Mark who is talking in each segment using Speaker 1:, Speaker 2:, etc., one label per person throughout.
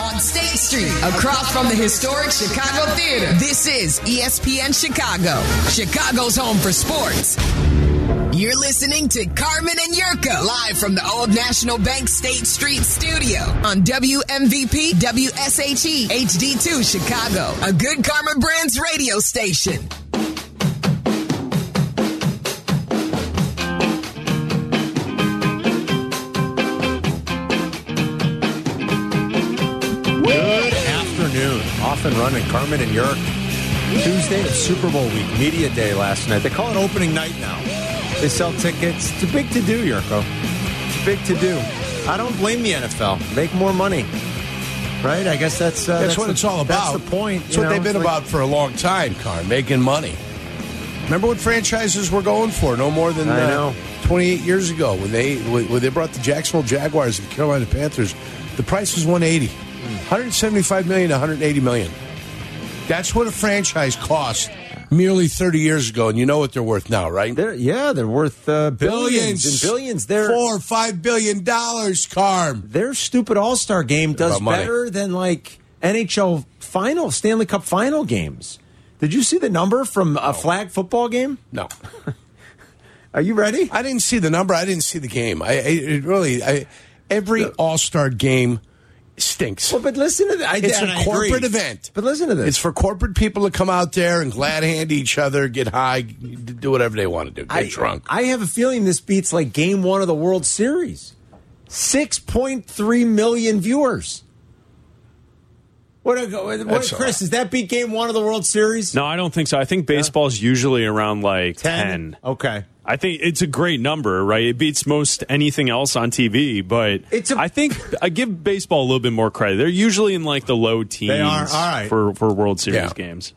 Speaker 1: on State Street, across from the historic Chicago Theater. This is E ESPN Chicago, Chicago's home for sports. You're listening to Carmen and Yurko live from the Old National Bank State Street studio on WMVP WSHE HD2 Chicago, a good Karma Brands radio station.
Speaker 2: Good afternoon. Off and running, Carmen and York. Tuesday of Super Bowl week, media day last night. They call it opening night now. They sell tickets. It's a big to do, Yurko. It's a big to do. I don't blame the NFL. Make more money, right? I guess that's uh,
Speaker 3: That's, what
Speaker 2: the-
Speaker 3: it's all about.
Speaker 2: That's the point.
Speaker 3: That's
Speaker 2: you
Speaker 3: what
Speaker 2: know?
Speaker 3: they've been
Speaker 2: It's like-
Speaker 3: about for a long time, Con, making money. Remember what franchises were going for no more than
Speaker 2: I
Speaker 3: uh,
Speaker 2: know.
Speaker 3: 28 years ago when they when when they brought the Jacksonville Jaguars and Carolina Panthers. The price was 180, 175 million, to 180 million. That's what a franchise cost merely 30 years ago, and you know what they're worth now, right?
Speaker 2: They're, yeah, they're worth uh, billions, and billions. They're
Speaker 3: four, five billion dollars, Carm.
Speaker 2: their stupid All Star game does
Speaker 3: about money.
Speaker 2: better than like NHL final Stanley Cup final games. Did you see the number from a flag football game?
Speaker 3: No.
Speaker 2: Are you ready?
Speaker 3: I didn't see the number. I didn't see the game. I, I it really. I, every All Star game stinks.
Speaker 2: Well, but listen to that. I,
Speaker 3: It's
Speaker 2: and
Speaker 3: a
Speaker 2: I
Speaker 3: corporate
Speaker 2: agree.
Speaker 3: event.
Speaker 2: But listen to this.
Speaker 3: It's for corporate people to come out there and glad hand each other, get high, d- do whatever they want to do, get
Speaker 2: I,
Speaker 3: drunk.
Speaker 2: I have a feeling this beats like game one of the World Series. 6.3 million viewers. What, a, what
Speaker 3: That's all
Speaker 2: Chris,
Speaker 3: right.
Speaker 2: does that beat game one of the World Series?
Speaker 4: No, I don't think so. I think baseball's usually around like 10.
Speaker 2: Okay.
Speaker 4: I think it's a great number, right? It beats most anything else on TV, but
Speaker 2: It's a-
Speaker 4: I think I give baseball a little bit more credit. They're usually in like the low teens
Speaker 2: They are, all right.
Speaker 4: for, for World Series
Speaker 3: Yeah.
Speaker 4: games.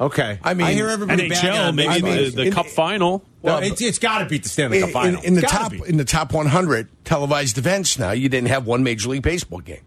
Speaker 2: Okay.
Speaker 3: I mean,
Speaker 2: I hear everybody bagging
Speaker 4: NHL,
Speaker 2: on
Speaker 4: maybe
Speaker 3: baseball.
Speaker 4: the,
Speaker 2: baseball.
Speaker 4: the
Speaker 3: In-
Speaker 4: cup final.
Speaker 2: Well, it's, it's got to beat the Stanley Cup
Speaker 3: In-
Speaker 2: final.
Speaker 3: in, in the
Speaker 2: Gotta
Speaker 3: top
Speaker 2: be.
Speaker 3: in the top 100 televised events now, you didn't have one Major League Baseball game.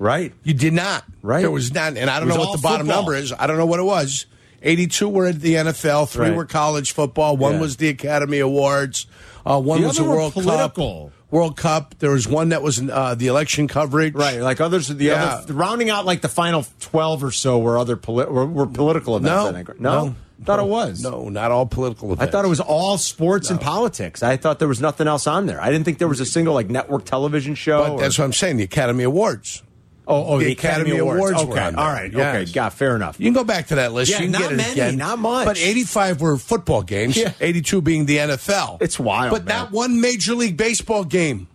Speaker 2: right?
Speaker 3: You did not.
Speaker 2: Right.
Speaker 3: There was not, and I don't
Speaker 2: It was
Speaker 3: know what
Speaker 2: all
Speaker 3: the bottom
Speaker 2: football.
Speaker 3: number is. I don't know what it was. 82 were at the NFL, three
Speaker 2: Right.
Speaker 3: were college football, one
Speaker 2: Yeah.
Speaker 3: was the Academy Awards, uh, one
Speaker 2: The
Speaker 3: was the
Speaker 2: other were
Speaker 3: World Cup.
Speaker 2: political.
Speaker 3: World Cup. There was one that was uh, the election coverage.
Speaker 2: Right, like others, the
Speaker 3: Yeah.
Speaker 2: other rounding out like the final twelve or so were other poli- were, were political events.
Speaker 3: No,
Speaker 2: I think. no, thought it was.
Speaker 3: No, not all political
Speaker 2: I
Speaker 3: events.
Speaker 2: thought it was all sports and politics. I thought there was nothing else on there. I didn't think there was a single like network television show.
Speaker 3: But
Speaker 2: or-
Speaker 3: that's what I'm saying. The Academy Awards.
Speaker 2: oh, oh, the,
Speaker 3: the
Speaker 2: Academy,
Speaker 3: Academy
Speaker 2: Awards.
Speaker 3: Awards were
Speaker 2: Okay,
Speaker 3: on there.
Speaker 2: all right. Okay,
Speaker 3: Yes.
Speaker 2: got fair enough.
Speaker 3: You can go back to that list.
Speaker 2: Yeah,
Speaker 3: you can
Speaker 2: not
Speaker 3: get it
Speaker 2: many,
Speaker 3: again.
Speaker 2: not much.
Speaker 3: But 85 were football games,
Speaker 2: Yeah.
Speaker 3: 82 being the NFL.
Speaker 2: It's wild,
Speaker 3: But
Speaker 2: man.
Speaker 3: not one Major League Baseball game.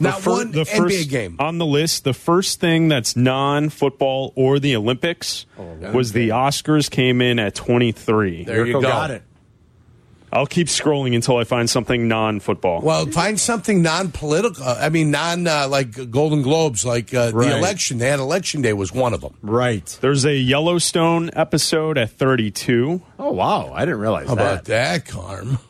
Speaker 3: Not
Speaker 4: fir-
Speaker 3: one
Speaker 4: the
Speaker 3: NBA
Speaker 4: first,
Speaker 3: game.
Speaker 4: on the list. The first thing that's non-football or the Olympics
Speaker 2: Oh,
Speaker 4: was the Oscars came in at 23.
Speaker 3: There you
Speaker 2: Yurko
Speaker 3: go.
Speaker 2: Got it.
Speaker 4: I'll keep scrolling until I find something non-football.
Speaker 3: Well, find something non-political. uh, I mean, non uh, like Golden Globes, like uh,
Speaker 2: Right.
Speaker 3: the election. They had election day was one of them.
Speaker 2: Right.
Speaker 4: There's a Yellowstone episode at 32.
Speaker 2: Oh wow, I didn't realize
Speaker 3: How
Speaker 2: that.
Speaker 3: about that, Carm?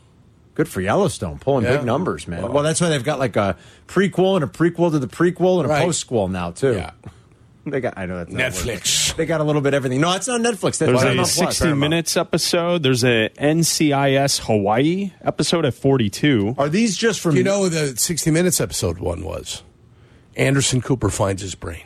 Speaker 2: Good for Yellowstone, pulling
Speaker 3: Yeah.
Speaker 2: big numbers, man. Well, that's why they've got like a prequel and a prequel to the prequel and a
Speaker 3: Right.
Speaker 2: postquel now too.
Speaker 3: Yeah.
Speaker 2: They got. I know that's not a word.
Speaker 3: Netflix.
Speaker 2: They got a little bit of everything. No, it's not Netflix. That's
Speaker 4: There's a
Speaker 2: Paramount Plus.
Speaker 4: 60
Speaker 2: Paramount.
Speaker 4: Minutes episode. There's a NCIS Hawaii episode at 42.
Speaker 2: Are these just from
Speaker 3: You know who the 60 Minutes episode one was? Anderson Cooper finds his brain.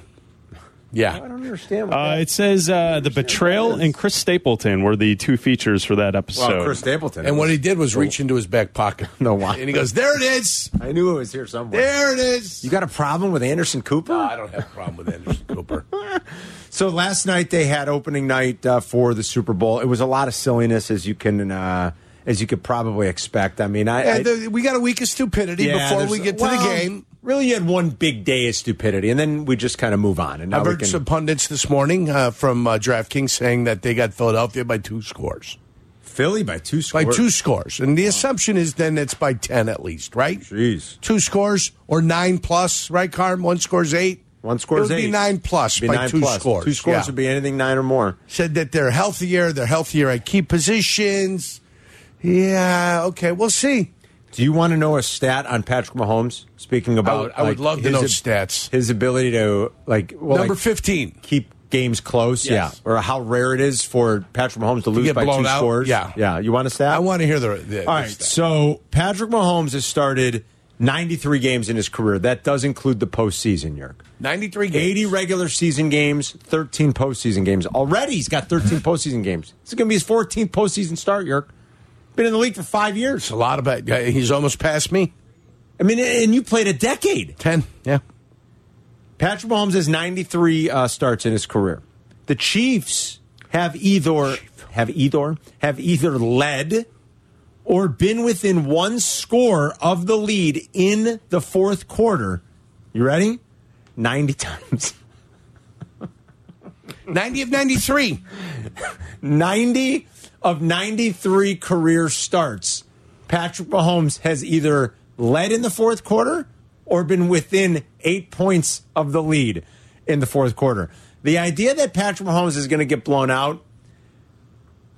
Speaker 2: I
Speaker 3: Yeah.
Speaker 2: don't understand. What
Speaker 4: Uh,
Speaker 2: that-
Speaker 4: it says uh, The Betrayal
Speaker 2: is.
Speaker 4: and Chris Stapleton were the two features for that
Speaker 2: Wow,
Speaker 4: episode.
Speaker 2: Chris Stapleton.
Speaker 3: And what he did was reach into his back pocket.
Speaker 2: No, why?
Speaker 3: And he goes, There it is.
Speaker 2: I knew it was here somewhere.
Speaker 3: There it is.
Speaker 2: You got a problem with Anderson Cooper?
Speaker 3: I don't have a problem with Anderson Cooper.
Speaker 2: So last night they had opening night uh, for the Super Bowl. It was a lot of silliness, as you can uh, as you could probably expect. I mean, I, I-
Speaker 3: And the, we got a week of stupidity
Speaker 2: yeah,
Speaker 3: before
Speaker 2: there's-
Speaker 3: we get to
Speaker 2: well,
Speaker 3: the game.
Speaker 2: Really, you had one big day of stupidity, and then we just kind of move on. And now
Speaker 3: I've
Speaker 2: we
Speaker 3: heard
Speaker 2: can-
Speaker 3: some pundits this morning uh, from uh, DraftKings saying that they got Philadelphia by two scores.
Speaker 2: Philly by two
Speaker 3: By
Speaker 2: scores.
Speaker 3: two scores. And the assumption is then it's by 10 at least, right?
Speaker 2: Jeez.
Speaker 3: Two scores or nine plus, right, Carm? One scores eight.
Speaker 2: One scores
Speaker 3: it would
Speaker 2: eight.
Speaker 3: be nine plus
Speaker 2: It'd be
Speaker 3: by
Speaker 2: nine
Speaker 3: two
Speaker 2: plus.
Speaker 3: scores.
Speaker 2: Two scores
Speaker 3: Yeah.
Speaker 2: would be anything nine or more.
Speaker 3: Said that they're healthier, they're healthier at key positions. Yeah, okay, we'll see.
Speaker 2: Do you want to know a stat on Patrick Mahomes? Speaking about,
Speaker 3: I would
Speaker 2: like,
Speaker 3: love to
Speaker 2: his
Speaker 3: know
Speaker 2: ab-
Speaker 3: stats.
Speaker 2: His ability to like well,
Speaker 3: Number
Speaker 2: like,
Speaker 3: 15.
Speaker 2: keep games close,
Speaker 3: Yes.
Speaker 2: yeah, or how rare it is for Patrick Mahomes to lose
Speaker 3: get
Speaker 2: by
Speaker 3: blown
Speaker 2: two
Speaker 3: out,
Speaker 2: scores,
Speaker 3: yeah.
Speaker 2: yeah. You want a stat?
Speaker 3: I want to hear the. the
Speaker 2: All
Speaker 3: the
Speaker 2: right,
Speaker 3: stats.
Speaker 2: so Patrick Mahomes has started 93 games in his career. That does include the postseason, Yerk.
Speaker 3: 93 games.
Speaker 2: 80 regular season games, 13 postseason games. Already he's got 13 postseason games. This is going to be his 14th postseason start, Yerk. Been in the league for five years.
Speaker 3: It's a lot about. He's almost past me.
Speaker 2: I mean, and you played a decade.
Speaker 3: 10. Yeah.
Speaker 2: Patrick Mahomes has 93 uh, starts in his career. The Chiefs have either have either have either led or been within one score of the lead in the fourth quarter. You ready? 90 times.
Speaker 3: 90 of 93.
Speaker 2: 90 of 93 career starts. Patrick Mahomes has either led in the fourth quarter or been within 8 points of the lead in the fourth quarter. The idea that Patrick Mahomes is going to get blown out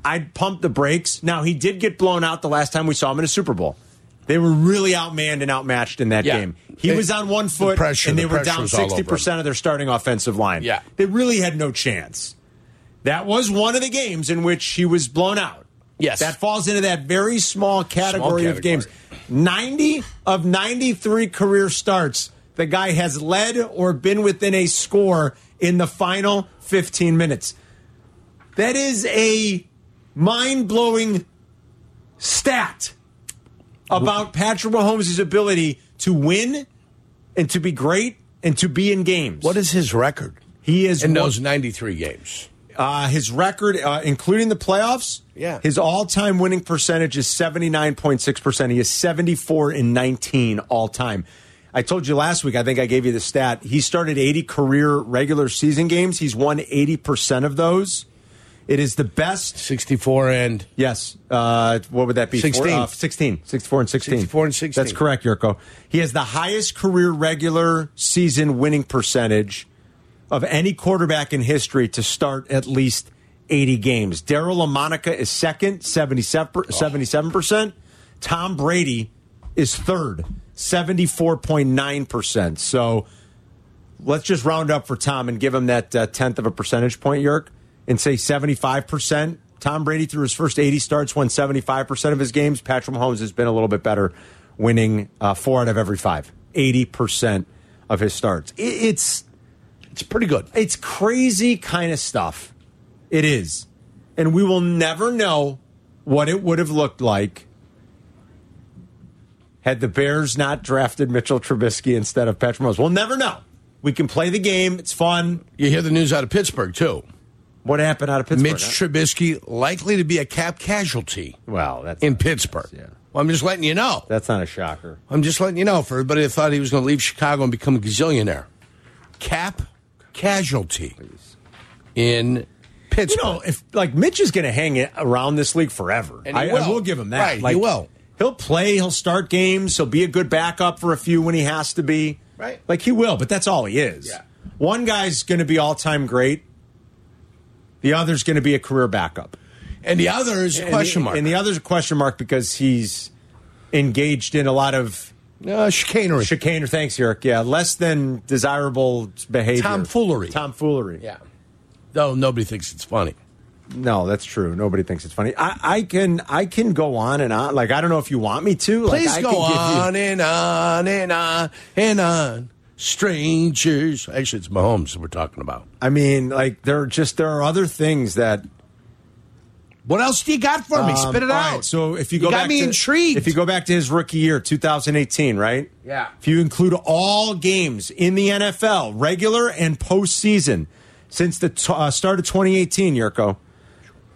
Speaker 2: I'd pump the brakes. Now he did get blown out the last time we saw him in a Super Bowl. They were really outmanned and outmatched in that
Speaker 3: Yeah.
Speaker 2: game. He
Speaker 3: They-
Speaker 2: was on one foot,
Speaker 3: pressure-
Speaker 2: and they
Speaker 3: the
Speaker 2: were
Speaker 3: pressure
Speaker 2: down
Speaker 3: was all over
Speaker 2: sixty percent of their starting offensive line.
Speaker 3: Yeah.
Speaker 2: they really had no chance. That was one of the games in which he was blown out.
Speaker 3: Yes.
Speaker 2: that falls into that very small category, of
Speaker 3: category.
Speaker 2: games. Ninety of ninety-three career starts, the guy has led or been within a score in the final fifteen minutes. That is a mind blowing stat about Patrick Mahomes' ability to win and to be great and to be in games.
Speaker 3: What is his record
Speaker 2: he is
Speaker 3: in
Speaker 2: one-
Speaker 3: those 93 games?
Speaker 2: uh, his record, uh, including the playoffs.
Speaker 3: Yeah.
Speaker 2: his all-time winning percentage is seventy nine point six percent. He is seventy four and nineteen all time. I told you last week. I think I gave you the stat. He started eighty career regular season games. He's won eighty percent of those. It is the best
Speaker 3: 64 and.
Speaker 2: Yes. Uh, what would that be?
Speaker 3: 16.
Speaker 2: Four, uh, 16. 64 and 16.
Speaker 3: 64 and 16.
Speaker 2: That's correct, Yurko. He has the highest career regular season winning percentage of any quarterback in history to start at least 80 games. Daryl LaMonica is second, 77, 77%. Tom Brady is third, 74.9%. So let's just round up for Tom and give him that uh, tenth of a percentage point, Yerk, and say seventy-five percent. Tom Brady through his first eighty starts won seventy-five percent of his games. Patrick Mahomes has been a little bit better, winning uh, four out of every five, 80 percent of his starts. I- it's
Speaker 3: It's pretty good.
Speaker 2: it's crazy kind of stuff. It is, and we will never know what it would have looked like. Had the Bears not drafted Mitchell Trubisky instead of Patrick Mahomes, we'll never know. We can play the game; it's fun.
Speaker 3: You hear the news out of Pittsburgh, too.
Speaker 2: What happened out of Pittsburgh?
Speaker 3: Mitch
Speaker 2: huh?
Speaker 3: Trubisky likely to be a cap casualty
Speaker 2: well, that's
Speaker 3: in Pittsburgh.
Speaker 2: Yeah.
Speaker 3: Well, I'm just letting you know.
Speaker 2: That's not a shocker.
Speaker 3: I'm just letting you know for everybody that thought he was going to leave Chicago and become a gazillionaire. Cap casualty in
Speaker 2: You
Speaker 3: Pittsburgh.
Speaker 2: know, if like Mitch is going to hang it around this league forever,
Speaker 3: And he
Speaker 2: I, I
Speaker 3: will.
Speaker 2: will give him that.
Speaker 3: Right, he
Speaker 2: like,
Speaker 3: will.
Speaker 2: He'll play. He'll start games. He'll be a good backup for a few when he has to be.
Speaker 3: Right.
Speaker 2: Like he will, but that's all he is.
Speaker 3: Yeah.
Speaker 2: One guy's going to be all time great. The other's going to be a career backup.
Speaker 3: and the other is a
Speaker 2: And
Speaker 3: question
Speaker 2: the,
Speaker 3: mark.
Speaker 2: And the other's a question mark because he's engaged in a lot of
Speaker 3: uh, chicanery.
Speaker 2: chicane or thanks, Eric. Yeah, less than desirable behavior.
Speaker 3: Tomfoolery.
Speaker 2: Tomfoolery.
Speaker 3: yeah. Though nobody thinks it's funny.
Speaker 2: No, that's true. Nobody thinks it's funny. I, I can I can go on and on. Like I don't know if you want me to. Like,
Speaker 3: Please
Speaker 2: I
Speaker 3: go
Speaker 2: can give you-
Speaker 3: on and on and on and on. Strangers. Actually, it's Mahomes we're talking about.
Speaker 2: I mean, like there are just there are other things that
Speaker 3: What else do you got for me?
Speaker 2: um,
Speaker 3: Spit it
Speaker 2: all
Speaker 3: out.
Speaker 2: right, so if you go
Speaker 3: got
Speaker 2: back
Speaker 3: me
Speaker 2: to,
Speaker 3: intrigued.
Speaker 2: If you go back to his rookie year, 2018, right?
Speaker 3: Yeah.
Speaker 2: If you include all games in the NFL, regular and postseason, since the t- uh, start of 2018, Yurko.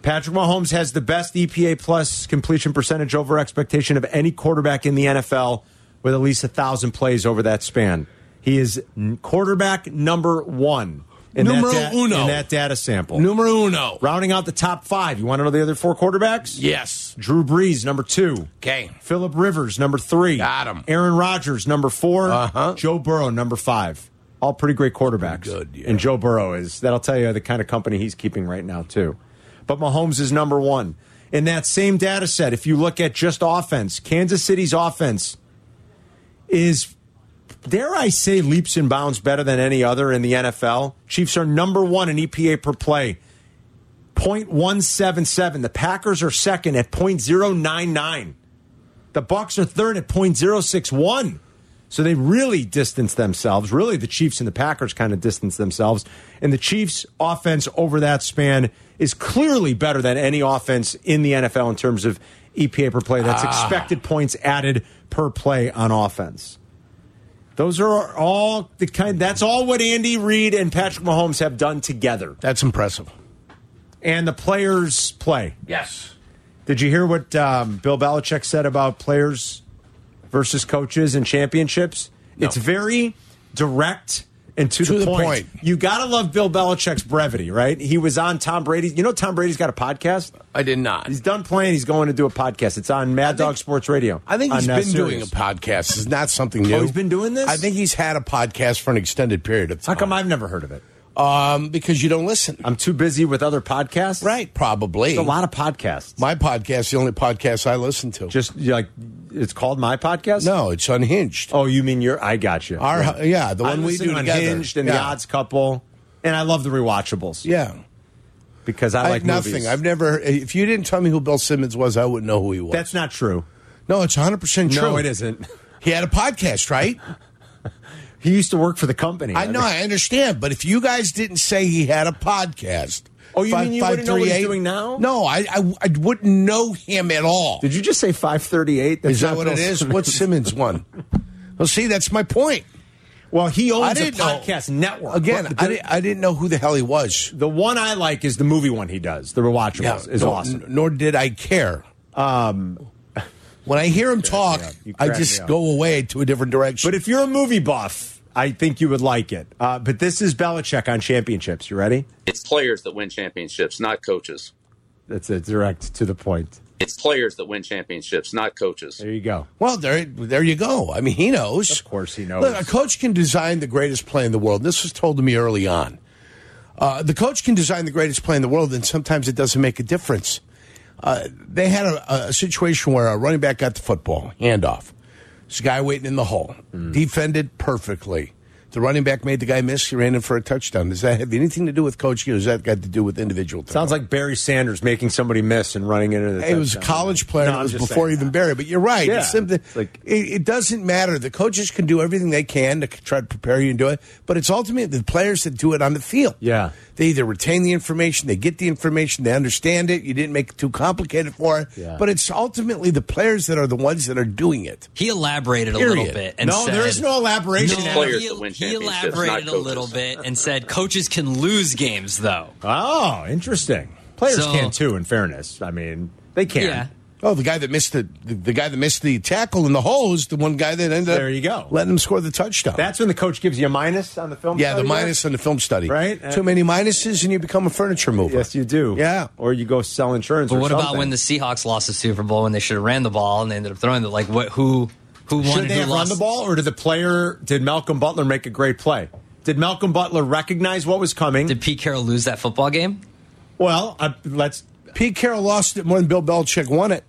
Speaker 2: Patrick Mahomes has the best EPA plus completion percentage over expectation of any quarterback in the NFL with at least a thousand plays over that span. He is n- quarterback number one in,
Speaker 3: Numero
Speaker 2: that, da-
Speaker 3: uno.
Speaker 2: in that data sample.
Speaker 3: Numero uno.
Speaker 2: Rounding out the top five, you want to know the other four quarterbacks?
Speaker 3: Yes.
Speaker 2: Drew Brees, number two.
Speaker 3: Okay.
Speaker 2: Philip Rivers, number three.
Speaker 3: Got 'em.
Speaker 2: Aaron Rodgers, number 4
Speaker 3: Uh-huh.
Speaker 2: Joe Burrow, number five. All pretty great quarterbacks.
Speaker 3: Pretty good, yeah.
Speaker 2: And Joe Burrow is that'll tell you the kind of company he's keeping right now too. But Mahomes is number one in that same data set. If you look at just offense, Kansas City's offense is dare I say leaps and bounds better than any other in the NFL. Chiefs are number one in EPA per play. 0.177. The Packers are second at 0.099. The Bucks are third at 0.061. So they really distanced themselves. Really, the Chiefs and the Packers kind of distanced themselves. And the Chiefs' offense over that span is clearly better than any offense in the NFL in terms of EPA per play.
Speaker 3: Ah.
Speaker 2: That's expected points added per play on offense. Those are all the kind. That's all what Andy Reid and Patrick Mahomes have done together,
Speaker 3: That's impressive.
Speaker 2: and the players play.
Speaker 3: Yes.
Speaker 2: Did you hear what um, Bill Belichick said about players versus coaches and championships? It's very direct and to,
Speaker 3: To
Speaker 2: the,
Speaker 3: the
Speaker 2: point.
Speaker 3: point.
Speaker 2: You got to love Bill Belichick's brevity, right? He was on Tom Brady. You know, Tom Brady's got a podcast.
Speaker 3: I did not.
Speaker 2: He's done playing. He's going to do a podcast. It's on Mad Dog Sports Radio.
Speaker 3: I think he's
Speaker 2: on, uh,
Speaker 3: been doing
Speaker 2: Sirius.
Speaker 3: a podcast. It's not something new.
Speaker 2: Oh, he's been doing this?
Speaker 3: I think he's had a podcast for an extended period of
Speaker 2: How
Speaker 3: time.
Speaker 2: come I've never heard of it?
Speaker 3: Um, because you don't listen.
Speaker 2: I'm too busy with other podcasts.
Speaker 3: Right, probably.
Speaker 2: There's a lot of podcasts.
Speaker 3: My podcast, the only podcast I listen to.
Speaker 2: Just like it's called my podcast.
Speaker 3: no, it's unhinged.
Speaker 2: Oh, you mean your? I got you.
Speaker 3: Our- yeah, the
Speaker 2: I
Speaker 3: one we
Speaker 2: listen
Speaker 3: do
Speaker 2: on
Speaker 3: together.
Speaker 2: Hinged and the
Speaker 3: Yeah.
Speaker 2: Odds Couple, and I love the rewatchables
Speaker 3: Yeah.
Speaker 2: because I,
Speaker 3: I,
Speaker 2: like
Speaker 3: nothing.
Speaker 2: movies.
Speaker 3: I've never. If you didn't tell me who Bill Simmons was, I wouldn't know who he was.
Speaker 2: That's not true.
Speaker 3: no, it's 100 percent true.
Speaker 2: No, it isn't.
Speaker 3: He had a podcast, right?
Speaker 2: He used to work for the company.
Speaker 3: I know. I understand. But if you guys didn't say he had a podcast,
Speaker 2: Oh, you mean you wouldn't know what he's
Speaker 3: 5538
Speaker 2: doing now?
Speaker 3: No, I, I I wouldn't know him at all.
Speaker 2: Did you just say five thirty-eight?
Speaker 3: Is that what it is? What's Simmons one? Well, see, that's my point.
Speaker 2: Well, he
Speaker 3: I
Speaker 2: owns a
Speaker 3: didn't know.
Speaker 2: podcast network.
Speaker 3: Again,
Speaker 2: But the,
Speaker 3: I, didn't, I didn't know who the hell he was.
Speaker 2: the one I like is the movie one he does. The rewatchables is
Speaker 3: nor,
Speaker 2: awesome.
Speaker 3: Nor did I care. Um, when I hear him talk,
Speaker 2: up. You
Speaker 3: I
Speaker 2: crack me
Speaker 3: just
Speaker 2: up.
Speaker 3: go away to a different direction.
Speaker 2: But if you're a movie buff, I think you would like it. Uh, but this is Belichick on championships. You ready?
Speaker 5: It's players that win championships, not coaches.
Speaker 2: That's it. Direct to the point.
Speaker 5: It's players that win championships, not coaches.
Speaker 2: There you go.
Speaker 3: Well, there, there you go. I mean, he knows.
Speaker 2: Of course he knows.
Speaker 3: Look, a coach can design the greatest play in the world. This was told to me early on. Uh, the coach can design the greatest play in the world, and sometimes it doesn't make a difference. Uh, they had a, a situation where a running back got the football, handoff. This guy waiting in the hole,
Speaker 2: Mm.
Speaker 3: defended perfectly. The running back made the guy miss. He ran in for a touchdown. Does that have anything to do with coaching, or does that got to do with individual?
Speaker 2: Sounds like Barry Sanders making somebody miss and running into the.
Speaker 3: It was a
Speaker 2: touchdown.
Speaker 3: college player.
Speaker 2: No,
Speaker 3: and it
Speaker 2: I'm
Speaker 3: was
Speaker 2: just
Speaker 3: before
Speaker 2: saying
Speaker 3: even Barry. But you're right.
Speaker 2: Yeah.
Speaker 3: It's something-
Speaker 2: It's like-
Speaker 3: it, it doesn't matter. The coaches can do everything they can to try to prepare you and do it. But it's ultimately the players that do it on the field.
Speaker 2: Yeah.
Speaker 3: They either retain the information, they get the information, they understand it. You didn't make it too complicated for it.
Speaker 2: Yeah.
Speaker 3: But it's ultimately the players that are the ones that are doing it.
Speaker 6: He elaborated a
Speaker 3: Period.
Speaker 6: little bit and
Speaker 2: No,
Speaker 6: said,
Speaker 2: there is no elaboration.
Speaker 6: No,
Speaker 5: Players
Speaker 6: he,
Speaker 5: that win
Speaker 6: he
Speaker 5: championships,
Speaker 6: elaborated
Speaker 5: not
Speaker 6: a little
Speaker 5: coaches.
Speaker 6: bit and said coaches can lose games though.
Speaker 2: Oh, interesting. Players
Speaker 6: So-
Speaker 2: can too. In fairness, I mean they can.
Speaker 6: Yeah.
Speaker 3: Oh, the guy that missed the, the the guy that missed the tackle in the hole is the one guy that ended up
Speaker 2: There you go.
Speaker 3: letting him score the touchdown.
Speaker 2: That's when the coach gives you a minus on the film.
Speaker 3: yeah, the
Speaker 2: study, right?
Speaker 3: minus on the film study.
Speaker 2: Right?
Speaker 3: Too many minuses and you become a furniture mover.
Speaker 2: Yes, you do.
Speaker 3: Yeah.
Speaker 2: Or you go sell insurance.
Speaker 6: But
Speaker 2: or
Speaker 6: what about
Speaker 2: something.
Speaker 6: when the Seahawks lost the Super Bowl when they should have ran the ball and they ended up throwing the like what who who won
Speaker 2: should
Speaker 6: and
Speaker 2: they
Speaker 6: who
Speaker 2: have run
Speaker 6: lost?
Speaker 2: the ball, or did the player did Malcolm Butler make a great play? Did Malcolm Butler recognize what was coming?
Speaker 6: Did Pete Carroll lose that football game?
Speaker 2: well, I, let's.
Speaker 3: Pete Carroll lost it more than Bill Belichick won it.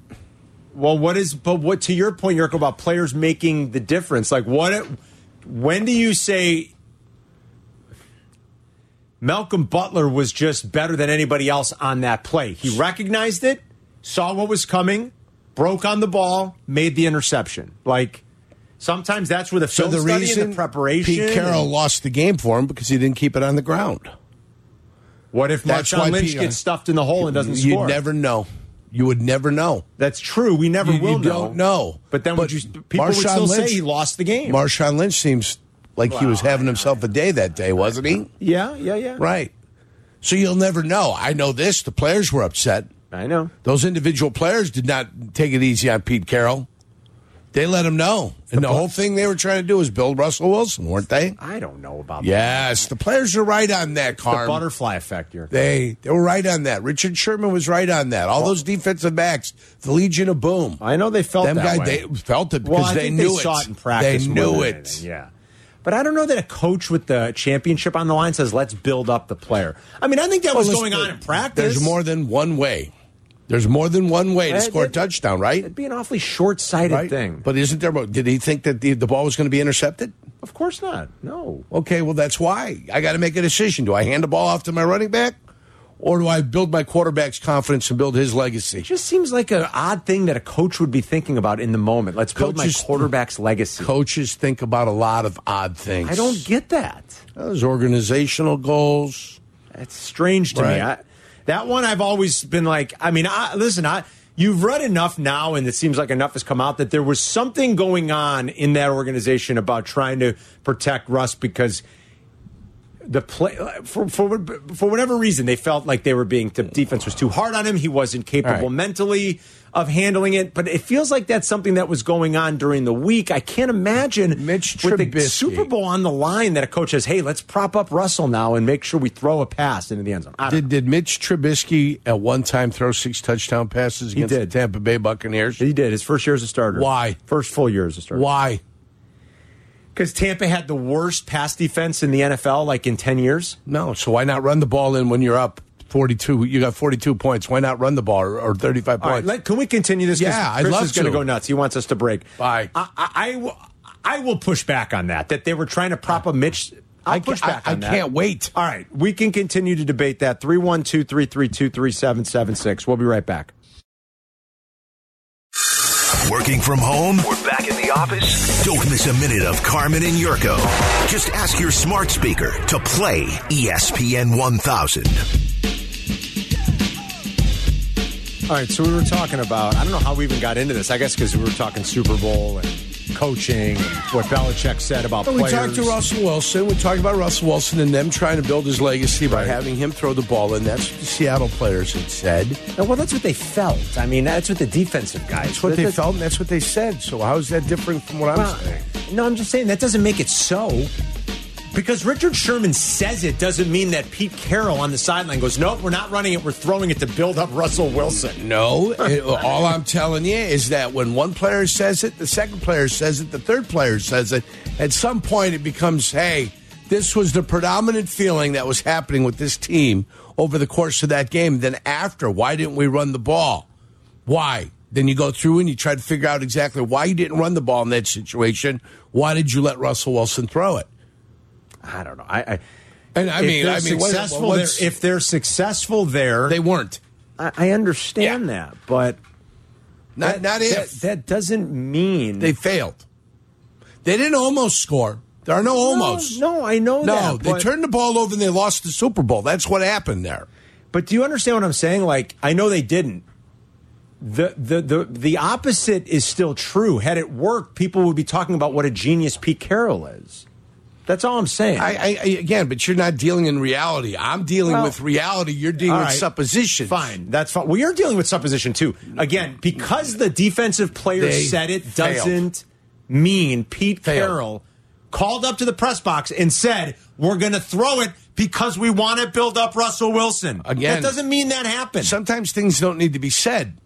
Speaker 2: Well, what is? But what to your point, Yurko, about players making the difference? Like what? It, when do you say Malcolm Butler was just better than anybody else on that play? He recognized it, saw what was coming, broke on the ball, made the interception. Like sometimes that's where the
Speaker 3: So
Speaker 2: film
Speaker 3: the
Speaker 2: study
Speaker 3: reason
Speaker 2: and the preparation.
Speaker 3: Pete Carroll
Speaker 2: and-
Speaker 3: lost the game for him because he didn't keep it on the ground.
Speaker 2: What if
Speaker 3: That's why
Speaker 2: Marshawn Lynch
Speaker 3: Pete-
Speaker 2: gets stuffed in the hole and doesn't
Speaker 3: You'd
Speaker 2: score?
Speaker 3: never know. You would never know.
Speaker 2: That's true. We never
Speaker 3: You- you
Speaker 2: will know.
Speaker 3: don't know.
Speaker 2: But then
Speaker 3: But
Speaker 2: would you, people would
Speaker 3: Marshawn
Speaker 2: still
Speaker 3: Lynch-
Speaker 2: say he lost the game.
Speaker 3: Marshawn Lynch seems like he was having himself a day that day, wasn't he?
Speaker 2: yeah, yeah, yeah.
Speaker 3: Right. So you'll never know. I know this. The players were upset.
Speaker 2: I know.
Speaker 3: Those individual players did not take it easy on Pete Carroll. They let him know. And the whole thing they were trying to do was build Russell Wilson, weren't they?
Speaker 2: I don't know about
Speaker 3: Yes, the players are right on that,
Speaker 2: that. The
Speaker 3: Carm.
Speaker 2: butterfly effect here.
Speaker 3: They they were right on that. Richard Sherman was right on that. All those defensive backs, the Legion of Boom.
Speaker 2: I know they felt
Speaker 3: Them
Speaker 2: that
Speaker 3: guy,
Speaker 2: way.
Speaker 3: they felt it
Speaker 2: well,
Speaker 3: because
Speaker 2: I
Speaker 3: they
Speaker 2: think
Speaker 3: knew
Speaker 2: they saw it in practice.
Speaker 3: They
Speaker 2: more
Speaker 3: knew
Speaker 2: than
Speaker 3: it.
Speaker 2: anything, Yeah. But I don't know that a coach with the championship on the line says, "Let's build up the player." I mean, I think that was
Speaker 3: Well,
Speaker 2: going
Speaker 3: listen,
Speaker 2: on in practice.
Speaker 3: There's more than one way. There's more than one way to
Speaker 2: Uh,
Speaker 3: score a
Speaker 2: that-
Speaker 3: touchdown, right?
Speaker 2: It'd be an awfully short-sighted
Speaker 3: Right.
Speaker 2: thing.
Speaker 3: But isn't there? Did he think that the, the ball was going to be intercepted?
Speaker 2: of course not. No.
Speaker 3: Okay, well that's why I got to make a decision. Do I hand the ball off to my running back, or do I build my quarterback's confidence and build his legacy?
Speaker 2: Just seems like an odd thing that a coach would be thinking about in the moment. Let's build
Speaker 3: Coaches-
Speaker 2: my quarterback's legacy.
Speaker 3: Coaches think about a lot of odd things.
Speaker 2: I don't get that.
Speaker 3: those organizational goals.
Speaker 2: That's strange to me.
Speaker 3: Right.
Speaker 2: I, that one I've always been like, I mean, I, listen, I you've read enough now, and it seems like enough has come out that there was something going on in that organization about trying to protect Russ because the play for for for whatever reason they felt like they were being the defense was too hard on him. He wasn't capable
Speaker 3: All right.
Speaker 2: mentally of handling it. But it feels like that's something that was going on during the week. I can't imagine
Speaker 3: Mitch
Speaker 2: with the
Speaker 3: Trubisky.
Speaker 2: Super Bowl on the line that a coach says, "Hey, let's prop up Russell now and make sure we throw a pass into the end zone." I don't
Speaker 3: Did, did Mitch Trubisky at one time throw six touchdown passes against
Speaker 2: did.
Speaker 3: the Tampa Bay Buccaneers?
Speaker 2: know. he did his first year as a starter.
Speaker 3: Why?
Speaker 2: First full year as a starter.
Speaker 3: Why?
Speaker 2: Because Tampa had the worst pass defense in the NFL, like in ten years.
Speaker 3: No. So why not run the ball in when you're up 42? You got 42 points. Why not run the ball or, or 35
Speaker 2: All right,
Speaker 3: points?
Speaker 2: let- can we continue this? 'Cause
Speaker 3: Yeah, I'd
Speaker 2: Chris
Speaker 3: love
Speaker 2: is going to
Speaker 3: to.
Speaker 2: go nuts. He wants us to break.
Speaker 3: Bye.
Speaker 2: I, I, I w- I will push back on that. That they were trying to prop a Mitch. I'll
Speaker 3: I ca-
Speaker 2: push back
Speaker 3: I-
Speaker 2: on
Speaker 3: I
Speaker 2: that.
Speaker 3: can't wait.
Speaker 2: All right, we can continue to debate that. 312 332 3776. We'll be right back.
Speaker 7: Working from home?
Speaker 8: We're back in the office.
Speaker 7: Don't miss a minute of Carmen and Yurko. Just ask your smart speaker to play E ESPN 1000.
Speaker 2: All right, so we were talking about, I don't know how we even got into this. I guess because we were talking Super Bowl and coaching and what Belichick said about
Speaker 3: we
Speaker 2: players.
Speaker 3: talked to Russell Wilson. We talked about Russell Wilson and them trying to build his legacy by having him throw the ball in. That's what the Seattle players had said.
Speaker 2: No, well, that's what they felt. I mean, that's what the defensive guys.
Speaker 3: That's what they
Speaker 2: that-
Speaker 3: felt, and that's what they said. So how is that different from what I'm
Speaker 2: Well,
Speaker 3: saying?
Speaker 2: no, I'm just saying that doesn't make it so. Oh. Because Richard Sherman says it doesn't mean that Pete Carroll on the sideline goes, nope, we're not running it. We're throwing it to build up Russell Wilson.
Speaker 3: No, it- uh, all I'm telling you is that when one player says it, the second player says it, the third player says it. At some point, it becomes, hey, this was the predominant feeling that was happening with this team over the course of that game. Then after, why didn't we run the ball? Why? Then you go through and you try to figure out exactly why you didn't run the ball in that situation. Why did you let Russell Wilson throw it?
Speaker 2: I don't know. I, I,
Speaker 3: And I
Speaker 2: if
Speaker 3: mean,
Speaker 2: they're
Speaker 3: I mean, what-
Speaker 2: successful there,
Speaker 3: what's-
Speaker 2: if they're successful there,
Speaker 3: they weren't.
Speaker 2: I, I understand
Speaker 3: Yeah.
Speaker 2: that, but
Speaker 3: Not, not if.
Speaker 2: that, that doesn't mean
Speaker 3: They failed. They didn't almost score. There are no almost.
Speaker 2: No, no, I know
Speaker 3: No,
Speaker 2: that,
Speaker 3: they
Speaker 2: but-
Speaker 3: turned the ball over and they lost the Super Bowl. That's what happened there.
Speaker 2: But do you understand what I'm saying? Like, I know they didn't. The, the the the opposite is still true. Had it worked, people would be talking about what a genius Pete Carroll is. That's all I'm saying.
Speaker 3: I, I, I again, but you're not dealing in reality. I'm dealing
Speaker 2: Well-
Speaker 3: with reality. You're dealing
Speaker 2: All
Speaker 3: with
Speaker 2: right.
Speaker 3: suppositions.
Speaker 2: Fine, that's fine. Well, you're dealing with supposition too. Again, because the defensive player
Speaker 3: They
Speaker 2: said it
Speaker 3: failed.
Speaker 2: doesn't mean Pete
Speaker 3: Failed.
Speaker 2: Carroll called up to the press box and said, "We're going to throw it because we want to build up Russell Wilson."
Speaker 3: Again-
Speaker 2: that doesn't mean that happened.
Speaker 3: Sometimes things don't need to be said.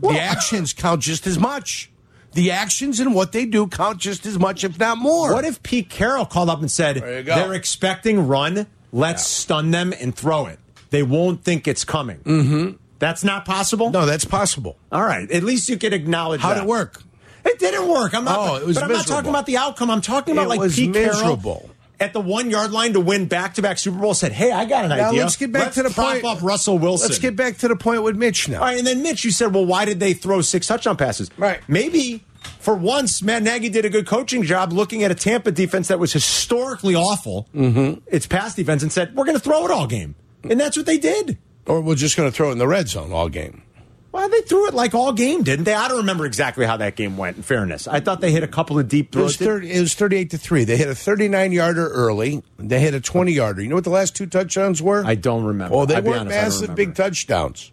Speaker 3: the actions count just as much. The actions and what they do count just as much, if not more.
Speaker 2: What if Pete Carroll called up and said,
Speaker 3: There you go.
Speaker 2: they're expecting run, let's stun them and throw it? They won't think it's coming. Mm-hmm. That's not possible?
Speaker 3: No, that's possible.
Speaker 2: All right. At least you can acknowledge
Speaker 3: How'd
Speaker 2: that.
Speaker 3: it work?
Speaker 2: It didn't work. I'm not,
Speaker 3: Oh, it was
Speaker 2: but I'm
Speaker 3: miserable.
Speaker 2: not talking about the outcome. I'm talking about
Speaker 3: It
Speaker 2: like
Speaker 3: was
Speaker 2: Pete
Speaker 3: miserable.
Speaker 2: Carroll at the one yard line to win back to back Super Bowl said, hey, I got an
Speaker 3: Now
Speaker 2: idea.
Speaker 3: let's get back
Speaker 2: Let's
Speaker 3: to the
Speaker 2: prop
Speaker 3: point.
Speaker 2: up Russell Wilson.
Speaker 3: Let's get back to the point with Mitch now.
Speaker 2: All right, and then Mitch, you said, well, why did they throw six touchdown passes?
Speaker 3: Right.
Speaker 2: Maybe for once, Matt Nagy did a good coaching job looking at a Tampa defense that was historically awful, mm-hmm. its pass defense, and said, we're going to throw it all game. And that's what they did.
Speaker 3: Or we're just going to throw it in the red zone all game.
Speaker 2: Well, they threw it like all game, didn't they? I don't remember exactly how that game went, in fairness. I thought they hit a couple of deep
Speaker 3: It was,
Speaker 2: throws.
Speaker 3: 30, it was 38 to 3. They hit a 39 yarder early. They hit a 20 yarder. You know what the last two touchdowns were?
Speaker 2: I don't remember.
Speaker 3: Oh, they
Speaker 2: I'll be
Speaker 3: weren't
Speaker 2: honest, I don't
Speaker 3: massive
Speaker 2: remember.
Speaker 3: big touchdowns.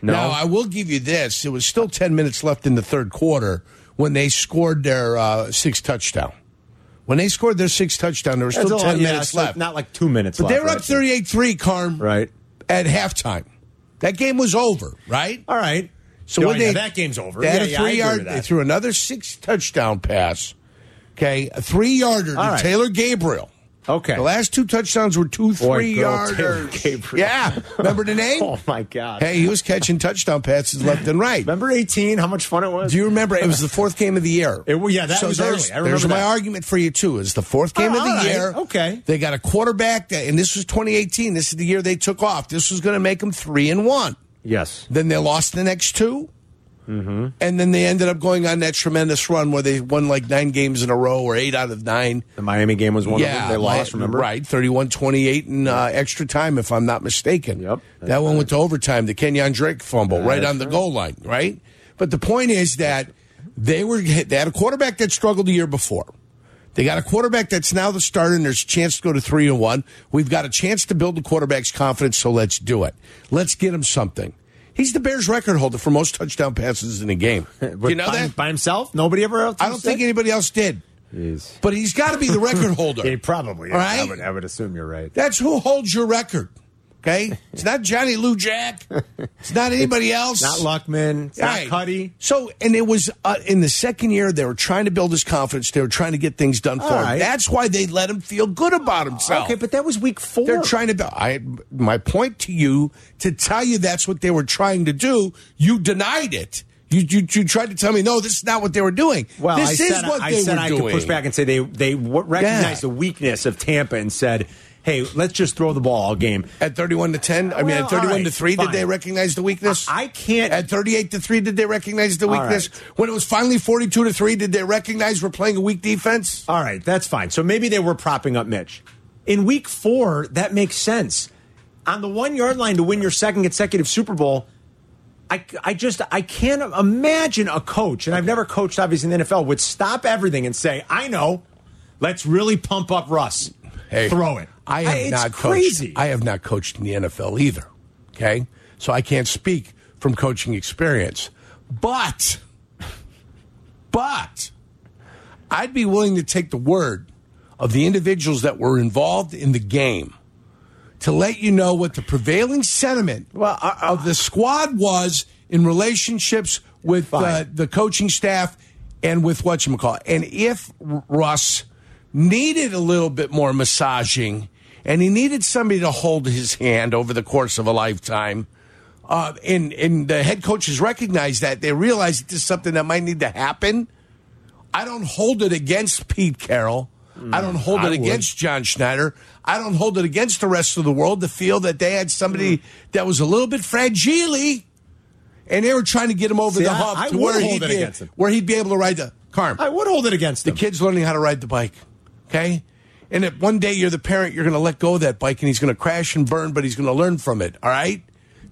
Speaker 2: No.
Speaker 3: Now, I will give you this. It was still 10 minutes left in the third quarter when they scored their uh, sixth touchdown. When they scored their sixth touchdown, there were
Speaker 2: That's
Speaker 3: still
Speaker 2: a
Speaker 3: 10
Speaker 2: lot- yeah,
Speaker 3: minutes
Speaker 2: so
Speaker 3: left.
Speaker 2: Not like two minutes
Speaker 3: but
Speaker 2: left.
Speaker 3: they were up
Speaker 2: right?
Speaker 3: 38 3, Carm,
Speaker 2: Right.
Speaker 3: at halftime. That game was over, right?
Speaker 2: All right.
Speaker 3: So
Speaker 2: Oh,
Speaker 3: when
Speaker 2: yeah,
Speaker 3: they
Speaker 2: that game's over.
Speaker 3: They had
Speaker 2: Yeah,
Speaker 3: a
Speaker 2: yeah, I
Speaker 3: three
Speaker 2: agree
Speaker 3: yard.
Speaker 2: with
Speaker 3: They
Speaker 2: that.
Speaker 3: threw another six touchdown pass. Okay, a three yarder to
Speaker 2: All right.
Speaker 3: Taylor Gabriel.
Speaker 2: Okay.
Speaker 3: The last two touchdowns were two
Speaker 2: Boy,
Speaker 3: three
Speaker 2: girl, Taylor
Speaker 3: yarders.
Speaker 2: Gabriel.
Speaker 3: Yeah, remember the name?
Speaker 2: Oh my God.
Speaker 3: Hey, he was catching touchdown passes left and right.
Speaker 2: Remember 18? How much fun it was?
Speaker 3: Do you remember? It was the fourth game of the year.
Speaker 2: It wa- yeah, that was
Speaker 3: there's,
Speaker 2: early. I remember
Speaker 3: there's my
Speaker 2: that.
Speaker 3: argument for you too. It's the fourth game
Speaker 2: Oh,
Speaker 3: of the
Speaker 2: all right.
Speaker 3: year.
Speaker 2: Okay.
Speaker 3: they got a quarterback, that, and this was 2018. This is the year they took off. This was going to make them three and one.
Speaker 2: yes.
Speaker 3: Then they lost the next 2
Speaker 2: Mm-hmm.
Speaker 3: and then they ended up going on that tremendous run where they won like nine games in a row or eight out of nine.
Speaker 2: The Miami game was one
Speaker 3: yeah,
Speaker 2: of them. They lost,
Speaker 3: my-
Speaker 2: remember?
Speaker 3: Right, 31-28 in uh, extra time, if I'm not mistaken.
Speaker 2: Yep.
Speaker 3: that one went to overtime. The Kenyon Drake fumble right on the goal line. Right, but the point is that they were they had a quarterback that struggled the year before. They got a quarterback that's now the starter, and there's a chance to go to three and one. We've got a chance to build the quarterback's confidence, so let's do it. Let's get him something. He's the Bears' record holder for most touchdown passes in a game.
Speaker 2: But
Speaker 3: you know
Speaker 2: by,
Speaker 3: that?
Speaker 2: By himself? Nobody ever else?
Speaker 3: I don't think anybody else did.
Speaker 2: Jeez.
Speaker 3: But he's got to be the record holder.
Speaker 2: He probably is.
Speaker 3: All
Speaker 2: I,
Speaker 3: right.
Speaker 2: would, I would assume you're right.
Speaker 3: That's who holds your record. Okay, it's not Johnny Lou Jack. It's not anybody else.
Speaker 2: Not Luckman. It's
Speaker 3: Right.
Speaker 2: Not Cuddy.
Speaker 3: So, and it was uh, in the second year they were trying to build his confidence. They were trying to get things done for
Speaker 2: All
Speaker 3: him.
Speaker 2: right.
Speaker 3: That's why they let him feel good about himself.
Speaker 2: Okay, but that was week four.
Speaker 3: they're trying to. bu- I my point to you to tell you that's what they were trying to do. You denied it. You you, you tried to tell me no, this is not what they were doing.
Speaker 2: Well,
Speaker 3: this
Speaker 2: I
Speaker 3: is
Speaker 2: said,
Speaker 3: what
Speaker 2: I,
Speaker 3: they
Speaker 2: said
Speaker 3: were
Speaker 2: I
Speaker 3: doing.
Speaker 2: could push back and say they they w- recognized the weakness of Tampa and said, "Hey, let's just throw the ball all game."
Speaker 3: At thirty-one to ten, I mean,
Speaker 2: Well,
Speaker 3: at thirty-one
Speaker 2: all
Speaker 3: to
Speaker 2: right,
Speaker 3: three, did
Speaker 2: fine.
Speaker 3: they recognize the weakness?
Speaker 2: I can't-
Speaker 3: At thirty-eight to three, did they recognize the
Speaker 2: All
Speaker 3: weakness?
Speaker 2: right.
Speaker 3: When it was finally forty-two to three, did they recognize we're playing a weak defense?
Speaker 2: All right, that's fine. So maybe they were propping up Mitch. In week four, that makes sense. On the one yard line to win your second consecutive Super Bowl, I, I just I can't imagine a coach, and I've never coached obviously in the NFL, would stop everything and say, "I know, let's really pump up Russ, throw it."
Speaker 3: I have
Speaker 2: it's
Speaker 3: not
Speaker 2: crazy.
Speaker 3: coached. I have not coached in the NFL either. Okay, so I can't speak from coaching experience, but, but, I'd be willing to take the word of the individuals that were involved in the game to let you know what the prevailing sentiment
Speaker 2: Well, I- I-
Speaker 3: of the squad was in relationships with uh,
Speaker 2: Fine.
Speaker 3: the coaching staff and with whatchamacallit. And if R- Russ needed a little bit more massaging and he needed somebody to hold his hand over the course of a lifetime, uh, and, and the head coaches recognize that, they realize that this is something that might need to happen. I don't hold it against Pete Carroll. I don't
Speaker 2: Mm,
Speaker 3: hold it against John Schneider. I don't hold it against the rest of the world to feel that they had
Speaker 2: Mm.
Speaker 3: somebody that was a little bit fragile and they were trying to get him over
Speaker 2: See,
Speaker 3: the
Speaker 2: I-
Speaker 3: hump
Speaker 2: I
Speaker 3: to
Speaker 2: would
Speaker 3: where
Speaker 2: hold
Speaker 3: he'd,
Speaker 2: it
Speaker 3: be,
Speaker 2: against him.
Speaker 3: where he'd be able to ride the car.
Speaker 2: I would hold it against
Speaker 3: The
Speaker 2: them.
Speaker 3: kid's learning how to ride the bike, okay? And if one day you're the parent, you're going to let go of that bike and he's going to crash and burn, but he's going to learn from it, all right?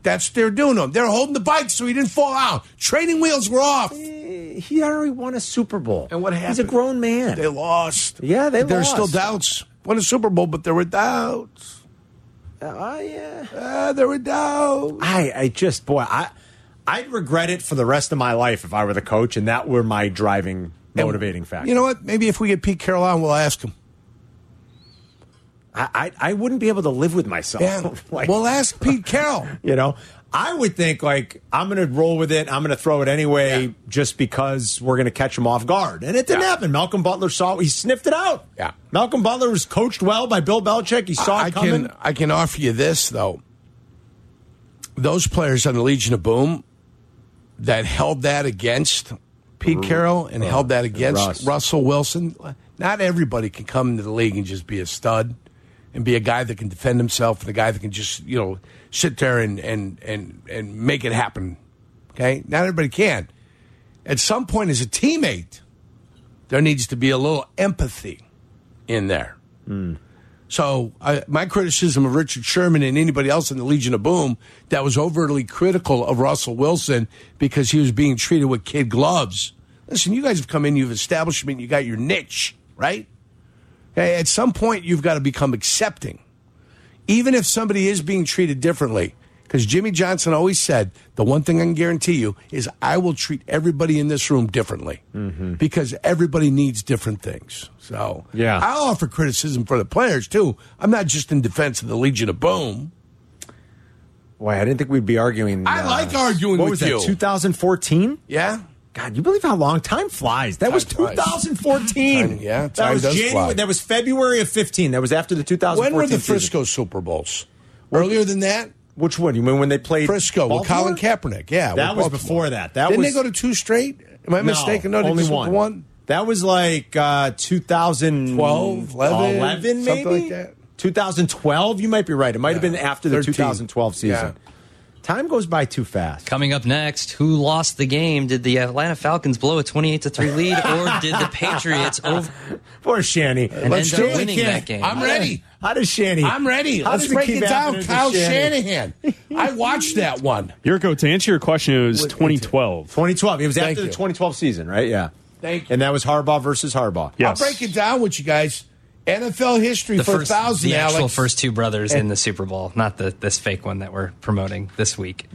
Speaker 3: That's what they're doing to him. They're holding the bike so he didn't fall out. Training wheels were off.
Speaker 2: He already won a Super Bowl.
Speaker 3: And what
Speaker 2: He's a
Speaker 3: happened?
Speaker 2: grown man.
Speaker 3: They lost.
Speaker 2: Yeah, they
Speaker 3: But There were
Speaker 2: lost.
Speaker 3: still doubts. Won a Super Bowl, but there were doubts.
Speaker 2: oh yeah.
Speaker 3: Ah, there were doubts.
Speaker 2: I, I just boy, I I'd regret it for the rest of my life if I were the coach and that were my driving motivating factor.
Speaker 3: You know what? Maybe if we get Pete Carroll on, we'll ask him.
Speaker 2: I, I I wouldn't be able to live with myself.
Speaker 3: Yeah,
Speaker 2: like,
Speaker 3: we'll ask Pete Carroll.
Speaker 2: you know, I would think like I'm going to roll with it. I'm going to throw it anyway, just because we're going to catch him off guard. And it didn't happen. Malcolm Butler saw he sniffed it out.
Speaker 3: Yeah.
Speaker 2: Malcolm Butler was coached well by Bill Belichick. He saw
Speaker 3: I
Speaker 2: it coming.
Speaker 3: can I can offer you this though. Those players on the Legion of Boom that held that against Pete Carroll and held that against
Speaker 2: uh, Russ.
Speaker 3: Russell Wilson. Not everybody can come into the league and just be a stud and be a guy that can defend himself and a guy that can just you know sit there and and and and make it happen. Okay, not everybody can. At some point, as a teammate, there needs to be a little empathy in there. Mm, So I, my criticism of Richard Sherman and anybody else in the Legion of Boom that was overtly critical of Russell Wilson because he was being treated with kid gloves. Listen, you guys have come in, you've established me, you got your niche, right? Okay, at some point, you've got to become accepting, even if somebody is being treated differently. Because Jimmy Johnson always said, the one thing I can guarantee you is I will treat everybody in this room differently Mm-hmm. because everybody needs different things. So
Speaker 2: Yeah.
Speaker 3: I offer criticism for the players too. I'm not just in defense of the Legion of Boom.
Speaker 2: Boy, I didn't think we'd be arguing. uh,
Speaker 3: I like arguing
Speaker 2: what
Speaker 3: with
Speaker 2: was
Speaker 3: you.
Speaker 2: That, 2014.
Speaker 3: Yeah,
Speaker 2: God, you believe how long time flies? That was
Speaker 3: flies.
Speaker 2: 2014.
Speaker 3: Time- yeah,
Speaker 2: that
Speaker 3: time
Speaker 2: was
Speaker 3: does
Speaker 2: January.
Speaker 3: fly.
Speaker 2: That was February of 15. That was after the 2014
Speaker 3: When were the
Speaker 2: season.
Speaker 3: Frisco Super Bowls? Earlier than that,
Speaker 2: Which one? You mean when they played
Speaker 3: Frisco with Colin
Speaker 2: Baltimore?
Speaker 3: Kaepernick. Yeah,
Speaker 2: That
Speaker 3: with
Speaker 2: was before that. That
Speaker 3: Didn't
Speaker 2: was,
Speaker 3: they go to two straight? Am I
Speaker 2: No,
Speaker 3: mistaken? No, they
Speaker 2: only
Speaker 3: just went
Speaker 2: one.
Speaker 3: to one.
Speaker 2: That was like uh, 2012,
Speaker 3: 12, 11,
Speaker 2: 11, maybe?
Speaker 3: something like that.
Speaker 2: 2012, you might be right. It might have
Speaker 3: Yeah.
Speaker 2: been after the
Speaker 3: 13.
Speaker 2: 2012 season.
Speaker 3: Yeah.
Speaker 2: Time goes by too fast.
Speaker 6: Coming up next, who lost the game? Did the Atlanta Falcons blow a 28 to 3 lead or did the Patriots over
Speaker 2: Poor Shanny.
Speaker 6: and end
Speaker 3: do it.
Speaker 6: up winning
Speaker 3: Kid.
Speaker 6: that game?
Speaker 3: I'm ready.
Speaker 2: How does Shanny?
Speaker 3: I'm ready.
Speaker 2: How
Speaker 3: Let's
Speaker 2: does it
Speaker 3: break
Speaker 2: keep
Speaker 3: it down.
Speaker 2: happening to
Speaker 3: Kyle
Speaker 2: Shanahan?
Speaker 3: Shanahan. I watched that one.
Speaker 4: Yurko, to answer your question, it was 2012.
Speaker 2: 2012. It was
Speaker 3: Thank
Speaker 2: after
Speaker 3: you.
Speaker 2: the 2012 season, right? Yeah.
Speaker 3: Thank you.
Speaker 2: And that was Harbaugh versus Harbaugh.
Speaker 4: Yes.
Speaker 3: I'll break it down with you guys. NFL history
Speaker 6: the
Speaker 3: for
Speaker 6: first,
Speaker 3: a thousand.
Speaker 6: the actual
Speaker 3: Alex.
Speaker 6: first two brothers in the Super Bowl, not the this fake one that we're promoting this week.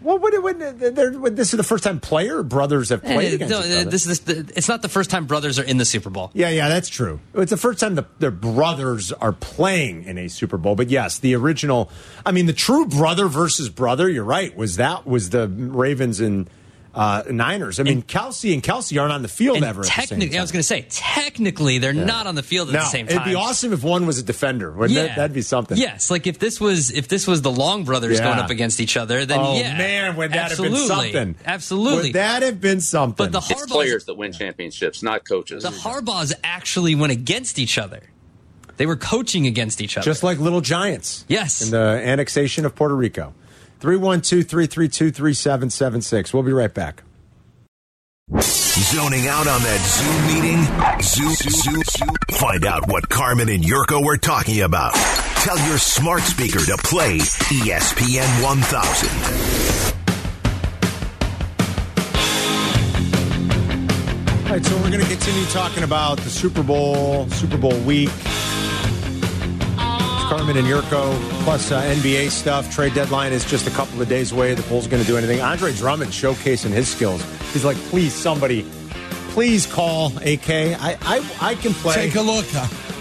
Speaker 2: Well, what, what, they're- what- this is the first time player brothers have
Speaker 6: Eh,
Speaker 2: played against
Speaker 6: no,
Speaker 2: each
Speaker 6: eh,
Speaker 2: other.
Speaker 6: this is it's not the first time brothers are in the Super Bowl.
Speaker 2: Yeah, yeah, that's true. It's the first time the, their brothers are playing in a Super Bowl. But yes, the original, I mean, the true brother versus brother. You're right. Was that was the Ravens and uh, Niners? I mean, Kelsey and Kelsey aren't on the field
Speaker 6: And
Speaker 2: ever. at the same
Speaker 6: technically, I was
Speaker 2: time.
Speaker 6: going to say technically they're not on the field at
Speaker 2: No,
Speaker 6: the same time.
Speaker 2: it'd be awesome if one was a defender. Wouldn't
Speaker 6: Yeah,
Speaker 2: that, that'd be something.
Speaker 6: Yes, like if this was if this was the Long Brothers
Speaker 2: Yeah.
Speaker 6: going up against each other, then
Speaker 2: Oh
Speaker 6: yeah,
Speaker 2: man, would that
Speaker 6: absolutely.
Speaker 2: have been something?
Speaker 6: Absolutely,
Speaker 2: would that have been something?
Speaker 6: But the
Speaker 5: It's
Speaker 6: Harbaugh's-
Speaker 5: players that win championships, not coaches.
Speaker 6: the Harbaughs actually went against each other. They were coaching against each other.
Speaker 2: Just like Little Giants.
Speaker 6: Yes.
Speaker 2: In the annexation of Puerto Rico. 312 332 3776. We'll be right back.
Speaker 7: Zoning out on that Zoom meeting? Zoom, Zoom, Zoom. Find out what Carmen and Yurko were talking about. Tell your smart speaker to play E ESPN 1000.
Speaker 2: All right, so we're going to continue talking about the Super Bowl, Super Bowl week. Carmen and Yurko, plus uh, NBA stuff. Trade deadline is just a couple of days away. The Bulls going to do anything. Andre Drummond showcasing his skills. He's like, please, somebody, please call AK. I, I, I can play.
Speaker 3: Take a look.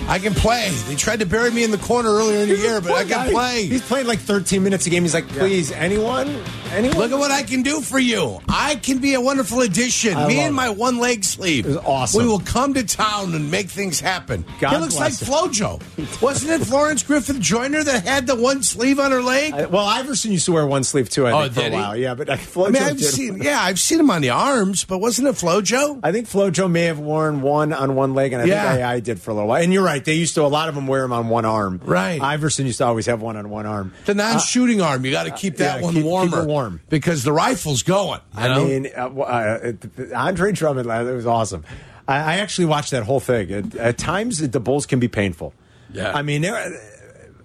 Speaker 3: I can play. They tried to bury me in the corner earlier in the year, but I can play.
Speaker 2: He's played like 13 minutes a game. He's like, please, anyone? Anyone?
Speaker 3: Look at what I can do for you. I can be a wonderful addition.
Speaker 2: I
Speaker 3: Me
Speaker 2: love
Speaker 3: and my
Speaker 2: it.
Speaker 3: one leg sleeve.
Speaker 2: It was awesome.
Speaker 3: We will come to town and make things happen.
Speaker 2: God
Speaker 3: he looks like
Speaker 2: bless him.
Speaker 3: Flojo. Wasn't it Florence Griffith Joyner that had the one sleeve on her leg?
Speaker 2: I- well, Iverson used to wear one sleeve too. I
Speaker 3: Oh,
Speaker 2: think for a
Speaker 3: did he?
Speaker 2: while. Yeah, but I, Flojo
Speaker 3: I mean, I've
Speaker 2: did.
Speaker 3: seen, yeah, I've seen him on the arms, but wasn't it Flojo?
Speaker 2: I think Flojo may have worn one on one leg, and I
Speaker 3: Yeah.
Speaker 2: think I, did for a little while. And you're right; they used to a lot of them wear them on one arm.
Speaker 3: Right.
Speaker 2: Iverson used to always have one on one arm.
Speaker 3: The non-shooting arm, you got to keep that
Speaker 2: uh, yeah,
Speaker 3: one
Speaker 2: keep- keep it
Speaker 3: warmer,
Speaker 2: warm.
Speaker 3: because the rifle's going. you
Speaker 2: I
Speaker 3: know?
Speaker 2: mean, uh, w- uh, uh, Andre Drummond, uh, it was awesome. I, I actually watched that whole thing. At, at times, the Bulls can be painful.
Speaker 3: Yeah.
Speaker 2: I mean, there,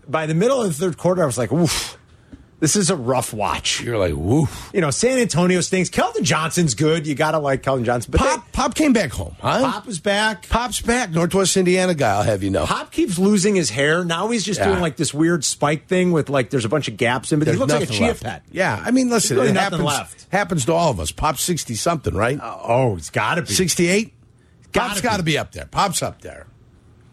Speaker 2: by the middle of the third quarter, I was like, "Oof, this is a rough watch."
Speaker 3: you're like, woo.
Speaker 2: You know, San Antonio stinks. Keldon Johnson's good. You gotta like Keldon Johnson. But
Speaker 3: Pop, Pop came back home, huh?
Speaker 2: they- Pop is back.
Speaker 3: Pop's back, Northwest Indiana guy. I'll have you know.
Speaker 2: Pop keeps losing his hair. Now he's just
Speaker 3: Yeah.
Speaker 2: doing like this weird spike thing with like there's a bunch of gaps in, but
Speaker 3: There's
Speaker 2: he looks like a
Speaker 3: nothing
Speaker 2: chia
Speaker 3: left.
Speaker 2: pet.
Speaker 3: Yeah, I mean, listen,
Speaker 2: There's
Speaker 3: it
Speaker 2: really
Speaker 3: happens.
Speaker 2: nothing left.
Speaker 3: Happens to all of us. Pop's sixty something, right?
Speaker 2: Oh, it's gotta be.
Speaker 3: Sixty-eight.
Speaker 2: Gotta
Speaker 3: Pop's
Speaker 2: be.
Speaker 3: got to be up there. Pop's up there.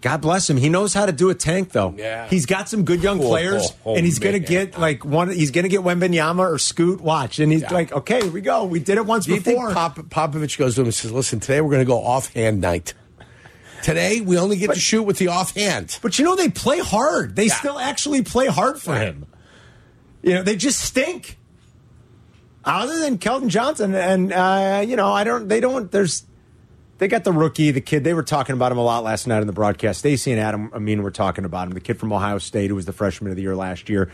Speaker 2: God bless him. He knows how to do a tank though.
Speaker 3: Yeah.
Speaker 2: He's got some good young
Speaker 3: Oh,
Speaker 2: players,
Speaker 3: oh, oh,
Speaker 2: and he's gonna
Speaker 3: man.
Speaker 2: get like one. He's gonna get Wembenyama or Scoot. Watch, and he's
Speaker 3: Yeah.
Speaker 2: like, okay, here we go. We did it once
Speaker 3: Do you
Speaker 2: before.
Speaker 3: think Pop, Popovich goes to him and says, "Listen, today we're going to go offhand night. Today we only get to shoot with the offhand."
Speaker 2: but you know they play hard. They
Speaker 3: Yeah.
Speaker 2: still actually play hard for him. You know they just stink. Other than Kelton Johnson, and uh, you know I don't. They don't. There's They got the rookie, the kid. They were talking about him a lot last night in the broadcast. Stacy and Adam Amin were talking about him, the kid from Ohio State who was the freshman of the year last year.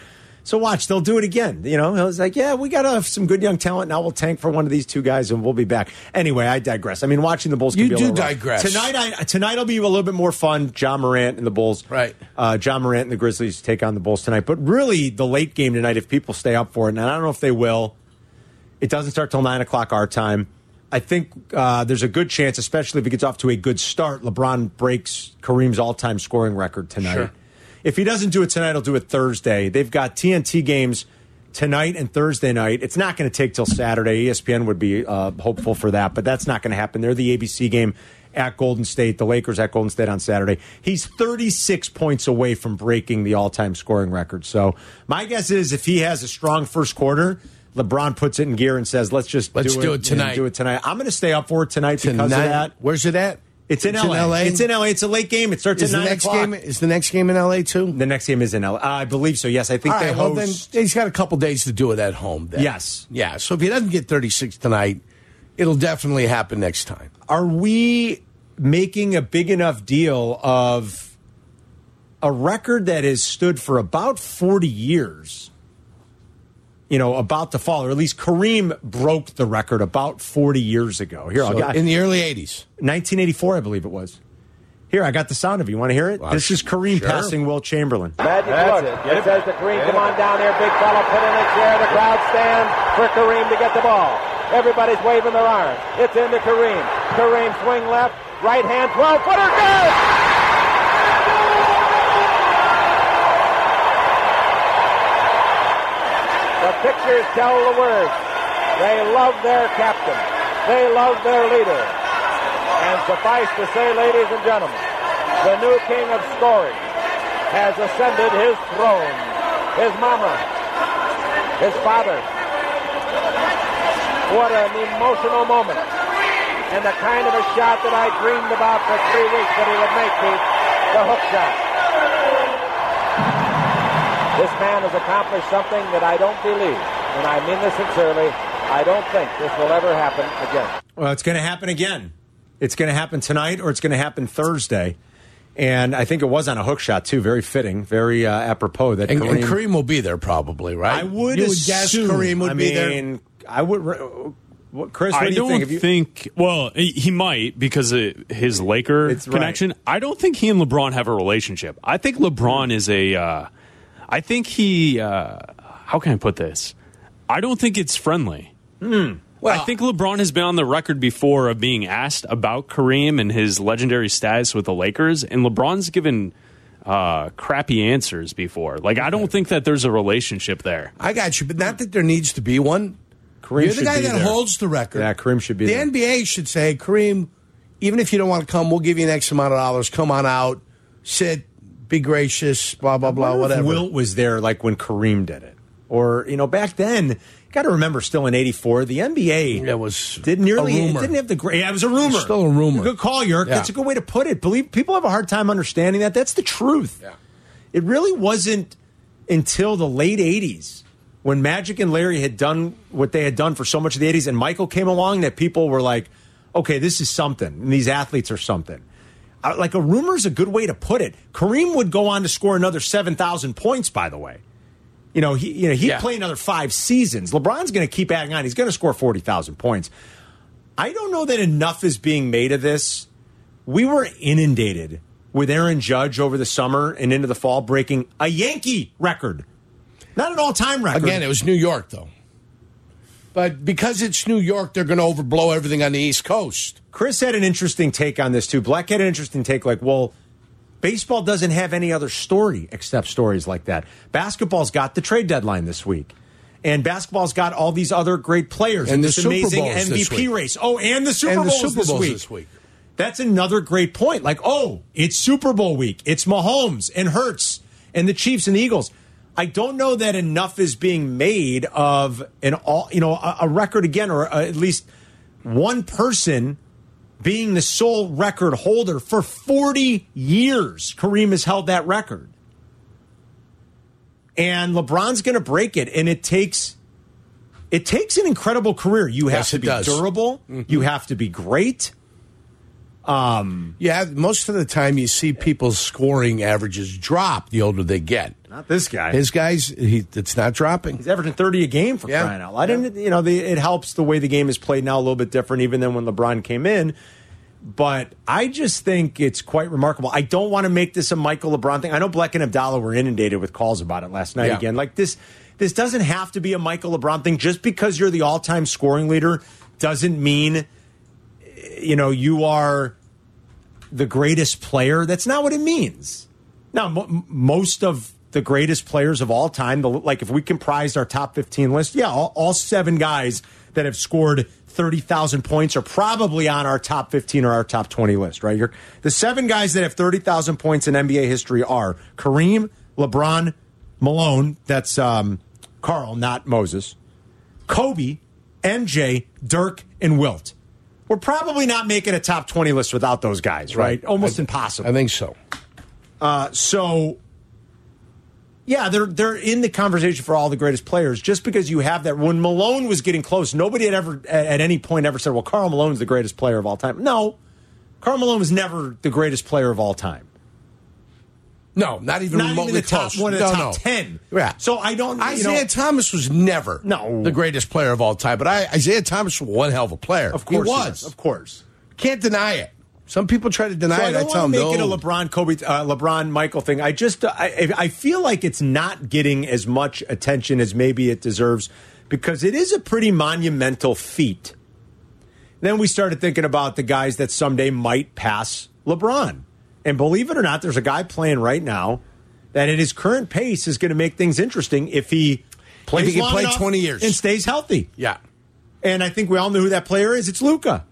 Speaker 2: So watch, they'll do it again. You know, I was like, yeah, we got uh, some good young talent. Now we'll tank for one of these two guys, and we'll be back. Anyway, I digress. I mean, watching the Bulls. Can
Speaker 3: You
Speaker 2: be a
Speaker 3: do
Speaker 2: little rough.
Speaker 3: digress.
Speaker 2: tonight. I tonight will be a little bit more fun. John Morant and the Bulls.
Speaker 3: Right.
Speaker 2: Uh, John Morant and the Grizzlies take on the Bulls tonight. But really, the late game tonight, if people stay up for it, and I don't know if they will. It doesn't start till nine o'clock our time. I think uh, there's a good chance, especially if he gets off to a good start. LeBron breaks Kareem's all-time scoring record tonight. If he doesn't do it tonight, he'll do it Thursday. They've got TNT games tonight and Thursday night. It's not going to take till Saturday. E ESPN would be uh, hopeful for that, but that's not going to happen. They're the ABC game at Golden State, the Lakers at Golden State on Saturday. He's 36 points away from breaking the all-time scoring record. So my guess is if he has a strong first quarter, LeBron puts it in gear and says, "Let's just
Speaker 3: Let's do it
Speaker 2: and
Speaker 3: tonight.
Speaker 2: Do it tonight." I'm going to stay up for it tonight, because of that.
Speaker 3: Where's it at?
Speaker 2: It's in, LA. It's in LA. It's a late game. It starts
Speaker 3: Is
Speaker 2: at
Speaker 3: the
Speaker 2: nine
Speaker 3: next
Speaker 2: o'clock.
Speaker 3: game? Is the next game in LA too?
Speaker 2: the next game is in LA. I believe so. Yes, I think
Speaker 3: All
Speaker 2: they
Speaker 3: right, well, then
Speaker 2: host.
Speaker 3: he's got a couple days to do it at home. Then.
Speaker 2: Yes.
Speaker 3: Yeah. So if he doesn't get 36 tonight, it'll definitely happen next time.
Speaker 2: Are we making a big enough deal of a record that has stood for about forty years? You know, about to fall, or at least Kareem broke the record about forty years ago. Here, I'll
Speaker 3: So
Speaker 2: get
Speaker 3: in the early 80s.
Speaker 2: 1984, I believe it was. Here, I got the sound of it. You want to hear it?
Speaker 3: Well,
Speaker 2: this is Kareem
Speaker 3: sure.
Speaker 2: passing Will Chamberlain.
Speaker 8: Magic That's look. It. says to Kareem, come on down here, big fella. Put in a chair. The crowd stands for Kareem to get the ball. Everybody's waving their arms. It's into Kareem. Kareem swing left, right hand, 12 footer, good! The pictures tell the words. They love their captain. They love their leader. And suffice to say, ladies and gentlemen, the new king of scoring has ascended his throne. His mama, his father. What an emotional moment. And the kind of a shot that I dreamed about for three weeks that he would make, Keith, the hook shot. This man has accomplished something that I don't believe, and I mean this sincerely, I don't think this will ever happen again.
Speaker 2: Well, it's going to happen again. It's going to happen tonight, or it's going to happen Thursday. And I think it was on a hook shot too. Very fitting, very uh, apropos that
Speaker 3: And,
Speaker 2: Kareem,
Speaker 3: and Kareem will be there probably, right?
Speaker 2: I would
Speaker 3: you
Speaker 2: assume.
Speaker 3: would guess Kareem would
Speaker 2: I
Speaker 3: be there.
Speaker 2: mean, I would. re- What, Chris, what
Speaker 4: I
Speaker 2: do you
Speaker 4: don't
Speaker 2: think?
Speaker 4: think,
Speaker 2: If you-
Speaker 4: Well, he he might because of his Laker
Speaker 2: It's right.
Speaker 4: connection. I don't think he and LeBron have a relationship. I think LeBron is a. Uh, I think he. Uh, how can I put this? I don't think it's friendly.
Speaker 2: Hmm.
Speaker 4: I think LeBron has been on the record before of being asked about Kareem and his legendary status with the Lakers, and LeBron's given uh, crappy answers before. Like, I don't think that there's a relationship there.
Speaker 3: I got you, but not that there needs to be one.
Speaker 2: Kareem
Speaker 3: You're the
Speaker 2: should
Speaker 3: guy
Speaker 2: be
Speaker 3: that
Speaker 2: there.
Speaker 3: holds the record.
Speaker 2: Yeah, Kareem should be
Speaker 3: The
Speaker 2: there.
Speaker 3: NBA should say, Kareem, even if you don't want to come, we'll give you an X amount of dollars. Come on out, sit, be gracious, blah, blah, blah,
Speaker 2: wonder if
Speaker 3: whatever.
Speaker 2: Wilt was there like when Kareem did it, or you know, back then. Got to remember, still in '84, the NBA
Speaker 3: It was
Speaker 2: did nearly
Speaker 3: a
Speaker 2: it
Speaker 3: rumor.
Speaker 2: didn't have the great. Yeah, it was a rumor.
Speaker 3: still a rumor.
Speaker 2: Good call, Yerk.
Speaker 3: Yeah.
Speaker 2: That's a good way to put it. Believe people have a hard time understanding that. That's the truth. Yeah. It really wasn't until the late '80s when Magic and Larry had done what they had done for so much of the '80s, and Michael came along that people were like, "Okay, this is something," and these athletes are something. Uh, Like a rumor is a good way to put it. Kareem would go on to score another seven thousand points. By the way. You know, he you know, he'd
Speaker 3: Yeah.
Speaker 2: play another five seasons. LeBron's gonna keep adding on. He's gonna score forty thousand points. I don't know that enough is being made of this. We were inundated with Aaron Judge over the summer and into the fall breaking a Yankee record. Not an all time record.
Speaker 3: Again, it was New York, though. But because it's New York, they're going to overblow everything on the East Coast.
Speaker 2: Chris had an interesting take on this too. Black had an interesting take like, well, baseball doesn't have any other story except stories like that. Basketball's got the trade deadline this week. And basketball's got all these other great players
Speaker 3: And the
Speaker 2: this
Speaker 3: Super
Speaker 2: amazing
Speaker 3: Bowl is
Speaker 2: MVP
Speaker 3: this week.
Speaker 2: race. Oh, and the Super
Speaker 3: and the
Speaker 2: Bowl
Speaker 3: Super
Speaker 2: is this
Speaker 3: Bowl's
Speaker 2: week.
Speaker 3: this week.
Speaker 2: That's another great point. Like, oh, it's Super Bowl week. It's Mahomes and Hurts and the Chiefs and the Eagles. I don't know that enough is being made of an all, you know, a, a record again, or uh at least one person being the sole record holder for 40 years. Kareem has held that record. And LeBron's going to break it and it takes it takes an incredible career. You have
Speaker 3: Yes,
Speaker 2: to
Speaker 3: it
Speaker 2: be
Speaker 3: does. Mm-hmm.
Speaker 2: durable, you have to be great.
Speaker 3: Um, Yeah, most of the time you see people's scoring averages drop the older they get.
Speaker 2: Not this guy.
Speaker 3: His guys, he, it's not dropping.
Speaker 2: He's averaging 30 a game for
Speaker 3: Yeah.
Speaker 2: crying out loud. I didn't, you know, the, it helps the way the game is played now a little bit different, even than when LeBron came in. But I just think it's quite remarkable. I don't want to make this a Michael LeBron thing. I know Black and Abdallah were inundated with calls about it last night
Speaker 3: Yeah.
Speaker 2: again. Like this, this doesn't have to be a Michael LeBron thing. Just because you're the all-time scoring leader doesn't mean, you know, you are the greatest player. That's not what it means. Now, mo m- most of the greatest players of all time, the, like if we comprised our top 15 list, yeah, all, all seven guys that have scored 30,000 points are probably on our top 15 or our top 20 list, right? You're, the seven guys that have 30,000 points in NBA history are Kareem, LeBron, Malone, that's um, Carl, not Moses, Kobe, MJ, Dirk, and Wilt. We're probably not making a top 20 list without those guys, right? Almost
Speaker 3: I-
Speaker 2: impossible.
Speaker 3: I think so.
Speaker 2: Uh, So, yeah, they're they're in the conversation for all the greatest players. Just because you have that, when Malone was getting close, nobody had ever at, at any point ever said, "Well, Carl Malone's the greatest player of all time." No, Carl Malone was never the greatest player of all time.
Speaker 3: No, not even
Speaker 2: Not
Speaker 3: remotely
Speaker 2: even the top
Speaker 3: close.
Speaker 2: one, of the
Speaker 3: no,
Speaker 2: top
Speaker 3: no.
Speaker 2: ten.
Speaker 3: Yeah.
Speaker 2: So I don't. you know-
Speaker 3: Isaiah Thomas was never
Speaker 2: No.
Speaker 3: the greatest player of all time, but I, Isaiah Thomas was one hell of a player.
Speaker 2: of course,
Speaker 3: he
Speaker 2: he
Speaker 3: was.
Speaker 2: Of course.
Speaker 3: Can't deny it. Some people try to deny
Speaker 2: So I
Speaker 3: it. I,
Speaker 2: don't
Speaker 3: tell them
Speaker 2: want to make
Speaker 3: no.
Speaker 2: it a LeBron Kobe, uh, LeBron Michael thing. I just I, I- I feel like it's not getting as much attention as maybe it deserves because it is a pretty monumental feat. Then we started thinking about the guys that someday might pass LeBron, and believe it or not, there's a guy playing right now that at his current pace is going to make things interesting if he plays
Speaker 3: can
Speaker 2: long
Speaker 3: play
Speaker 2: enough
Speaker 3: 20 years.
Speaker 2: and stays healthy.
Speaker 3: Yeah.
Speaker 2: And I think we all know who that player is. It's Luca.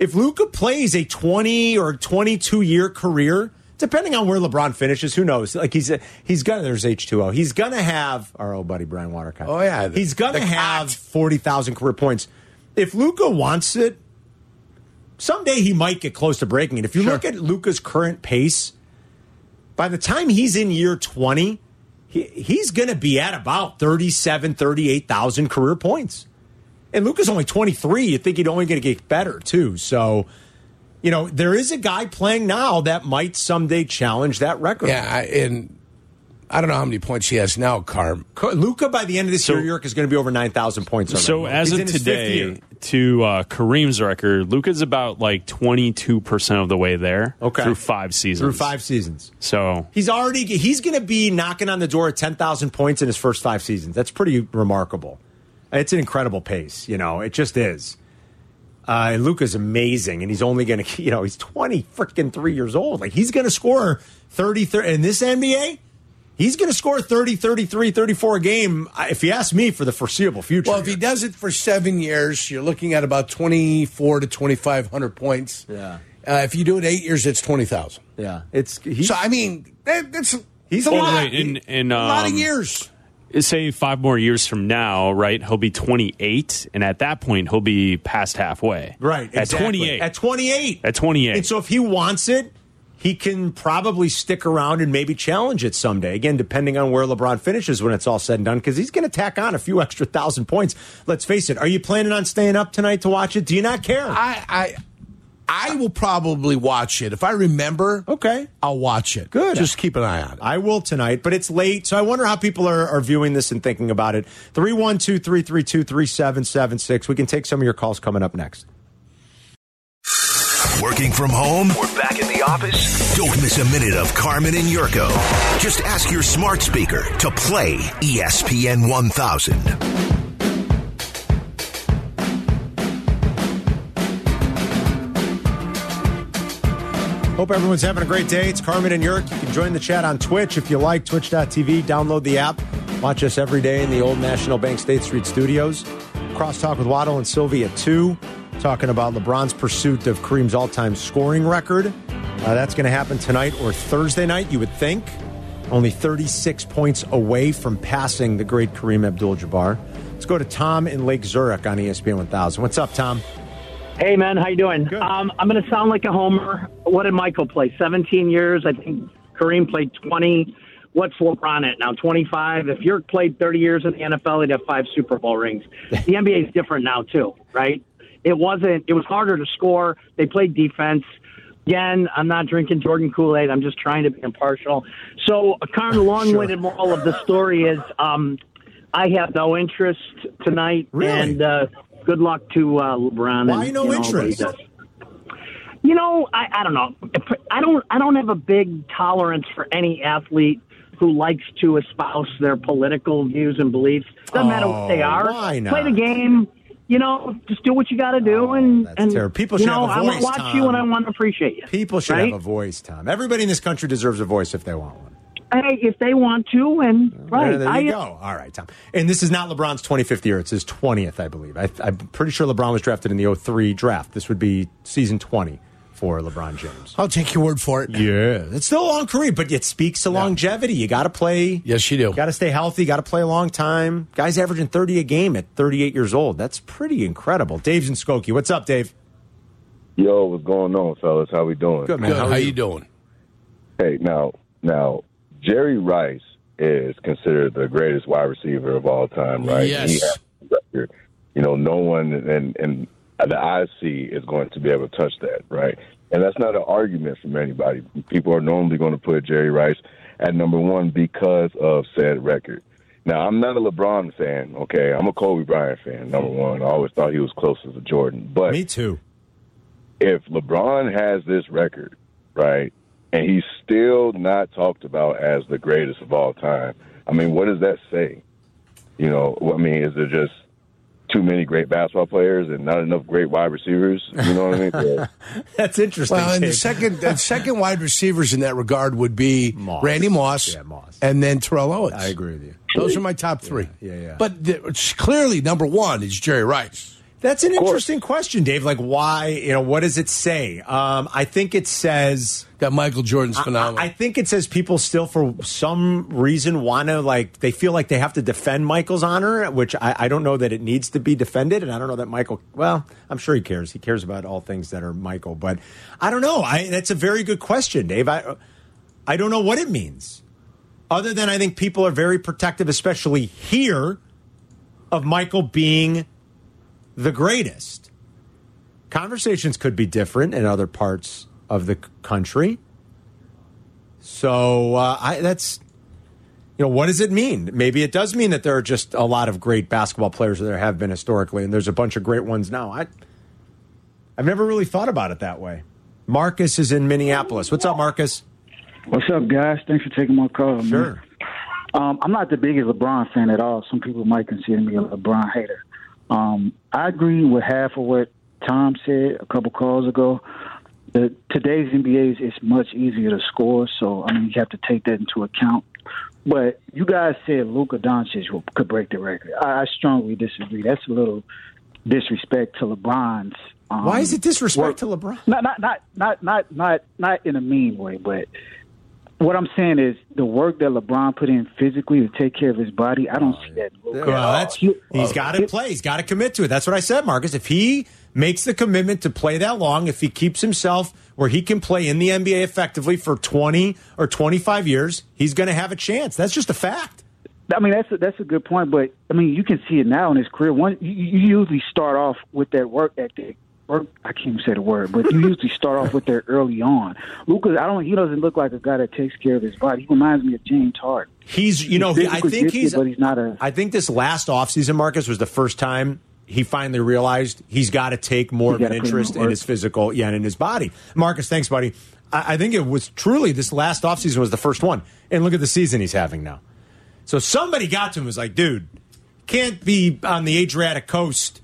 Speaker 2: If Luca plays a 20 or 22 year career, depending on where LeBron finishes, who knows? Like he's he's gonna there's H2O. He's gonna have our old buddy Brian Watercott.
Speaker 3: Oh, yeah.
Speaker 2: he's gonna
Speaker 3: The
Speaker 2: have
Speaker 3: cat.
Speaker 2: 40,000 career points. If Luca wants it, someday he might get close to breaking it. If you look at Luca's current pace, by the time he's in year 20, he, he's going to be at about 37, 38,000 career points. And Luca's only 23. You'd think he'd only going to get better, too. So, you know, there is a guy playing now that might someday challenge that record.
Speaker 3: Yeah. I, and I don't know how many points he has now, Carm.
Speaker 2: Luca, by the end of this
Speaker 4: So-
Speaker 2: year, York is going to be over 9,000 points. already.
Speaker 4: So as of
Speaker 2: He's in his fifth year.
Speaker 4: today, to uh, Kareem's record, Luca's about like twenty two percent of the way there.
Speaker 2: Okay.
Speaker 4: through five seasons.
Speaker 2: through five seasons.
Speaker 4: So
Speaker 2: He's already he's going to be knocking on the door at 10,000 points in his first 5 seasons. That's pretty remarkable. It's an incredible pace, you know. It just is. Uh, and Luca's amazing, and he's only going to, you know, he's 20 freaking three years old. Like, he's going to score 30, 30 in this NBA, he's going to score 30, 33, 34 a game, I- if you ask me, for the foreseeable future.
Speaker 3: Well, if he does it for seven years, you're looking at about 24 to 2,500 points.
Speaker 2: Yeah.
Speaker 3: Uh, if you do it eight years, it's 20,000.
Speaker 2: yeah. It's, he's,
Speaker 3: So, I mean, that, that's
Speaker 2: he's a
Speaker 4: Oh,
Speaker 2: lot.
Speaker 4: right, and- and,
Speaker 3: a lot
Speaker 4: um,
Speaker 3: of years.
Speaker 4: say five more years from now, right? He'll be twenty eight, and at that point, he'll be past halfway.
Speaker 2: Right.
Speaker 4: at
Speaker 2: exactly.
Speaker 4: twenty eight.
Speaker 2: At 28.
Speaker 4: At 28.
Speaker 2: And so if he wants it, he can probably stick around and maybe challenge it someday. Again, depending on where LeBron finishes when it's all said and done, because he's going to tack on a few extra thousand points. Let's face it. Are you planning on staying up tonight to watch it? Do you not care?
Speaker 3: I, I, I will probably watch it. If I remember,
Speaker 2: okay.
Speaker 3: I'll watch it.
Speaker 2: Good.
Speaker 3: Just keep an eye on it.
Speaker 2: I will tonight, but it's late, so I wonder how people are, are viewing this and thinking about it. 312 332 3776. We can take some of your calls coming up next.
Speaker 7: Working from home? We're back in the office. Don't miss a minute of Carmen and Yurko. Just ask your smart speaker to play E ESPN 1000.
Speaker 2: Hope everyone's having a great day. It's Carmen and Yurk. You can join the chat on Twitch if you like, twitch.tv. Download the app. Watch us every day in the old National Bank State Street studios. Crosstalk with Waddle and Sylvia, too, talking about LeBron's pursuit of Kareem's all time scoring record. Uh, that's going to happen tonight or Thursday night, you would think. Only 36 points away from passing the great Kareem Abdul Jabbar. Let's go to Tom in Lake Zurich on E ESPN 1000. What's up, Tom?
Speaker 9: Hey man, how you doing?
Speaker 2: Good.
Speaker 9: Um, I'm going to sound like a homer. What did Michael play? 17 years. I think Kareem played 20. What's LeBron at now? 25. If York played 30 years in the NFL, he'd have five Super Bowl rings. The NBA is different now too, right? It wasn't. It was harder to score. They played defense. Again, I'm not drinking Jordan Kool Aid. I'm just trying to be impartial. So, a kind of long-winded moral of the story is, um, I have no interest tonight,
Speaker 2: Really?
Speaker 9: and uh, good luck to uh, LeBron.
Speaker 2: Why
Speaker 9: and,
Speaker 2: no
Speaker 9: you know,
Speaker 2: interest?
Speaker 9: what he does. You know, I, I don't know. I don't. I don't have a big tolerance for any athlete who likes to espouse their political views and beliefs. Doesn't matter what they
Speaker 2: Oh,
Speaker 9: are.
Speaker 2: why not? Oh,
Speaker 9: Play the game. You know, just do what you got to do, and
Speaker 2: that's
Speaker 9: and
Speaker 2: terrible. People
Speaker 9: you
Speaker 2: should
Speaker 9: know,
Speaker 2: have a
Speaker 9: I
Speaker 2: voice,
Speaker 9: want to watch
Speaker 2: Tom.
Speaker 9: you, and I want to appreciate you.
Speaker 2: People should
Speaker 9: right?
Speaker 2: have a voice, Tom. Everybody in this country deserves a voice if they want one.
Speaker 9: Hey, if they want to, and right,
Speaker 2: There, there
Speaker 9: I,
Speaker 2: you go. All right, Tom. And this is not LeBron's 25th year. It's his 20th, I believe. I, I'm pretty sure LeBron was drafted in the 03 draft. This would be season 20 for LeBron James.
Speaker 3: I'll take your word for it.
Speaker 2: Yeah, it's still a long career, but it speaks to longevity. You got to play.
Speaker 3: Yes, you do.
Speaker 2: Got to stay healthy. Got to play a long time. Guys averaging thirty a game at thirty-eight years old. That's pretty incredible. Dave's in Skokie. What's up, Dave?
Speaker 10: Yo, what's going on, fellas? How we doing?
Speaker 2: Good, man. Good. How are How you you?
Speaker 3: doing?
Speaker 10: Hey, now, now, Jerry Rice is considered the greatest wide receiver of all time, right?
Speaker 3: Yes.
Speaker 10: He has a record. You know, no one in, in the IC is going to be able to touch that, right? And that's not an argument from anybody. People are normally going to put Jerry Rice at number one because of said record. Now, I'm not a LeBron fan, okay? I'm a Kobe Bryant fan, number one. I always thought he was closest to Jordan. But
Speaker 2: Me too.
Speaker 10: if LeBron has this record, right, and he's still not talked about as the greatest of all time, I mean, what does that say? You know, I mean, is there just too many great basketball players and not enough great wide receivers? You know what I mean? But-
Speaker 2: That's interesting.
Speaker 3: Well, and the
Speaker 2: Dave.
Speaker 3: second the second wide receivers in that regard would be Randy Moss,
Speaker 2: Yeah, Moss.
Speaker 3: and then Terrell Owens.
Speaker 2: I agree with you.
Speaker 3: Those are my top three.
Speaker 2: yeah, yeah.
Speaker 3: But the, it's clearly, number one is Jerry Rice.
Speaker 2: That's an interesting question, Dave. Like, why? You know, what does it say? Um, I think it says.
Speaker 3: That Michael Jordan's
Speaker 2: I,
Speaker 3: phenomenal.
Speaker 2: I think it says people still, for some reason, want to like they feel like they have to defend Michael's honor, which I, I don't know that it needs to be defended, and I don't know that Michael. Well, I'm sure he cares. He cares about all things that are Michael, but I don't know. I that's a very good question, Dave. I I don't know what it means, other than I think people are very protective, especially here, of Michael being the greatest. Conversations could be different in other parts of the c- country. So uh, I, that's, you know, what does it mean? Maybe it does mean that there are just a lot of great basketball players that there have been historically, and there's a bunch of great ones now. I, I've never really thought about it that way. Marcus is in Minneapolis. What's up, Marcus?
Speaker 11: What's up, guys? Thanks for taking my call. man.
Speaker 2: Sure.
Speaker 11: Um, I'm not the biggest LeBron fan at all. Some people might consider me a LeBron hater. Um, I agree with half of what Tom said a couple calls ago. The, today's NBA is it's much easier to score, so I mean you have to take that into account. But you guys said Luka Doncic will- could break the record. I, I strongly disagree. That's a little disrespect to LeBron's. Um,
Speaker 2: Why is it disrespect
Speaker 11: work-
Speaker 2: to LeBron?
Speaker 11: Not, not, not, not, not, not, not in a mean way, but what I'm saying is the work that LeBron put in physically to take care of his body. I don't
Speaker 2: Oh,
Speaker 11: see that. in Luka at all.
Speaker 2: Well, that's
Speaker 11: You-
Speaker 2: he's got to play. He's got to commit to it. That's what I said, Marcus. If he makes the commitment to play that long, if he keeps himself where he can play in the NBA effectively for 20 or 25 years, he's going to have a chance. That's just a fact.
Speaker 11: I mean, that's a, that's a good point, but I mean, you can see it now in his career. One, you, you usually start off with that work ethic. Work, I can't even say the word, but you usually start off with that early on. Lucas, I don't. He doesn't look like a guy that takes care of his body. He reminds me of James Harden.
Speaker 2: He's, you know, he, I
Speaker 11: physically
Speaker 2: think
Speaker 11: gifted,
Speaker 2: he's.
Speaker 11: but he's not a.
Speaker 2: I think this last offseason, Marcus, was the first time he finally realized he's got to take more
Speaker 11: He
Speaker 2: of an
Speaker 11: gotta put in
Speaker 2: interest
Speaker 11: the
Speaker 2: in
Speaker 11: work.
Speaker 2: his physical, yeah, and in his body. Marcus, thanks, buddy. I, I think it was truly this last offseason was the first one. And look at the season he's having now. So somebody got to him and was like, dude, can't be on the Adriatic coast,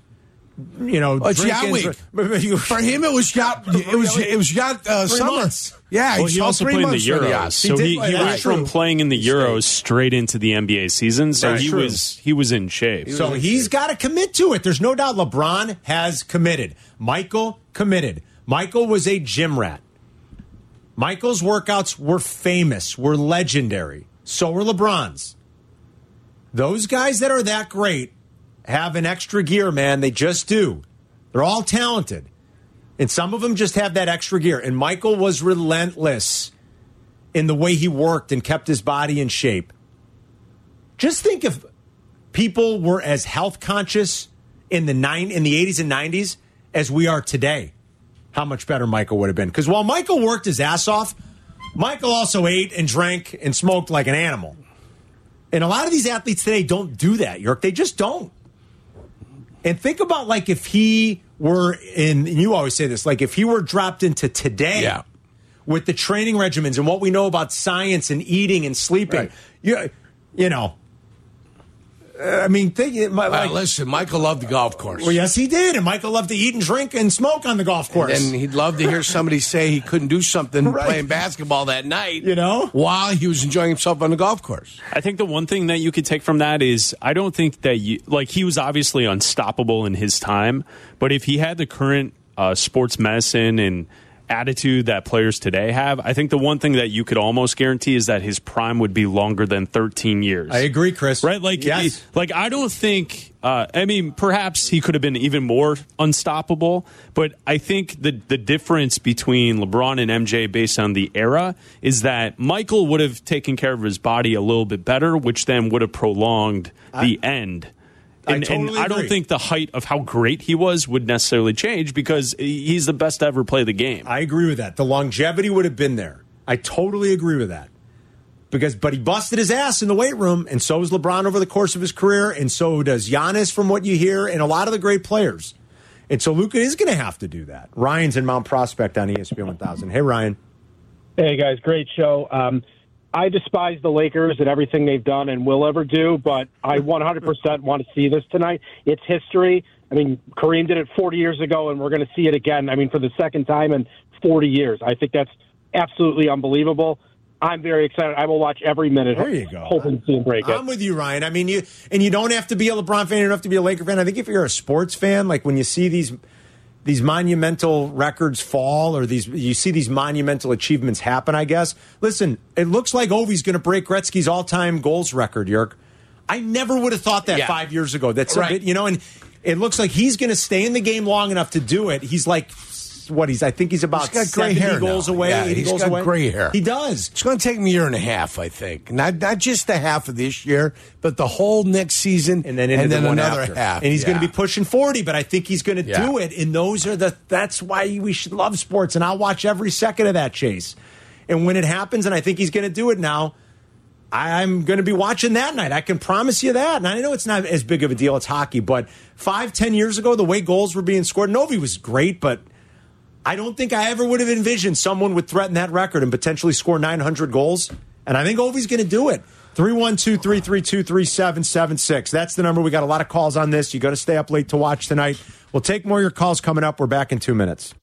Speaker 2: you know,
Speaker 3: Oh, it's
Speaker 2: drinking-
Speaker 3: For him, it was yacht. It was it was yacht uh,
Speaker 2: Three
Speaker 3: summer.
Speaker 2: months.
Speaker 3: Yeah,
Speaker 4: Well, he
Speaker 3: saw
Speaker 4: also
Speaker 3: three
Speaker 4: played in the
Speaker 3: months for
Speaker 4: Euros,
Speaker 3: yachts.
Speaker 4: so
Speaker 2: did
Speaker 4: he,
Speaker 2: play
Speaker 4: he
Speaker 2: that.
Speaker 4: went from
Speaker 2: True.
Speaker 4: playing in the Euros straight into the NBA season. So
Speaker 2: That's
Speaker 4: he
Speaker 2: true.
Speaker 4: was he was in shape.
Speaker 2: So he's got to commit to it. There's no doubt LeBron has committed. Michael committed. Michael was a gym rat. Michael's workouts were famous, were legendary. So were LeBron's. Those guys that are that great have an extra gear, man. They just do. They're all talented. And some of them just have that extra gear. And Michael was relentless in the way he worked and kept his body in shape. Just think if people were as health conscious in the nine in the 80s and 90s as we are today how much better michael would have been because while michael worked his ass off michael also ate and drank and smoked like an animal and a lot of these athletes today don't do that york they just don't and think about like if he were in and you always say this like if he were dropped into today
Speaker 3: Yeah.
Speaker 2: with the training regimens and what we know about science and eating and sleeping
Speaker 3: Right.
Speaker 2: you, you know I mean, think, my,
Speaker 3: Uh,
Speaker 2: like,
Speaker 3: listen, Michael loved the golf course.
Speaker 2: well, yes, he did. And Michael loved to eat and drink and smoke on the golf course.
Speaker 3: And he'd love to hear somebody say he couldn't do something
Speaker 2: Right.
Speaker 3: playing basketball that night,
Speaker 2: You know?
Speaker 3: while he was enjoying himself on the golf course.
Speaker 4: I think the one thing that you could take from that is I don't think that you like he was obviously unstoppable in his time, but if he had the current uh, sports medicine and attitude that players today have, I think the one thing that you could almost guarantee is that his prime would be longer than 13 years.
Speaker 2: I agree, Chris.
Speaker 4: Right? Like,
Speaker 2: Yes.
Speaker 4: he- like I don't think. Uh, I mean, perhaps he could have been even more unstoppable, but I think the the difference between LeBron and MJ, based on the era, is that Michael would have taken care of his body a little bit better, which then would have prolonged the end.
Speaker 2: I
Speaker 4: And, and
Speaker 2: totally
Speaker 4: I don't
Speaker 2: agree.
Speaker 4: think the height of how great he was would necessarily change because he- he's the best to ever play the game.
Speaker 2: I agree with that. The longevity would have been there. I totally agree with that. Because, but he busted his ass in the weight room, and so is LeBron over the course of his career, and so does Giannis, from what you hear, and a lot of the great players. And so Luca is going to have to do that. Ryan's in Mount Prospect on E ESPN 1000. Hey, Ryan.
Speaker 12: Hey guys, great show. Um, I despise the Lakers and everything they've done and will ever do, but I 100% want to see this tonight. It's history. I mean, Kareem did it 40 years ago, and we're going to see it again. I mean, for the second time in 40 years. I think that's absolutely unbelievable. I'm very excited. I will watch every minute.
Speaker 2: There you go.
Speaker 12: Hoping to see him break it.
Speaker 2: I'm with you, Ryan. I mean, you and you don't have to be a LeBron fan. You don't have to be a Laker fan. I think if you're a sports fan, like when you see these these monumental records fall or these you see these monumental achievements happen, I guess. Listen, it looks like Ovi's going to break Gretzky's all time goals record. Yerk, I never would have thought that
Speaker 13: Yeah.
Speaker 2: five years ago. That's
Speaker 13: Right.
Speaker 2: a bit, you know, and it looks like he's going to stay in the game long enough to do it. He's like. What he's, I think he's about
Speaker 3: He's got gray
Speaker 2: 70
Speaker 3: hair
Speaker 2: goals
Speaker 3: now.
Speaker 2: away.
Speaker 3: Yeah,
Speaker 2: 80
Speaker 3: he's
Speaker 2: goals
Speaker 3: got
Speaker 2: away.
Speaker 3: gray hair.
Speaker 2: He does.
Speaker 3: It's going to take him a year and a half, I think. Not not just the half of this year, but the whole next season, and then,
Speaker 2: into the one
Speaker 3: another
Speaker 2: after.
Speaker 3: half.
Speaker 2: And he's going
Speaker 3: Yeah.
Speaker 2: to be pushing 40, but I think he's going to
Speaker 3: Yeah.
Speaker 2: do it. And those are the that's why we should love sports and I'll watch every second of that chase. And when it happens and I think he's going to do it now, I- I'm going to be watching that night. I can promise you that. And I know it's not as big of a deal. It's hockey, but five, ten years ago, the way goals were being scored, Novi was great, but I don't think I ever would have envisioned someone would threaten that record and potentially score 900 goals. And I think Ovi's going to do it. 312 332 3776. That's the number. We got a lot of calls on this. you got to stay up late to watch tonight. We'll take more of your calls coming up. We're back in two minutes.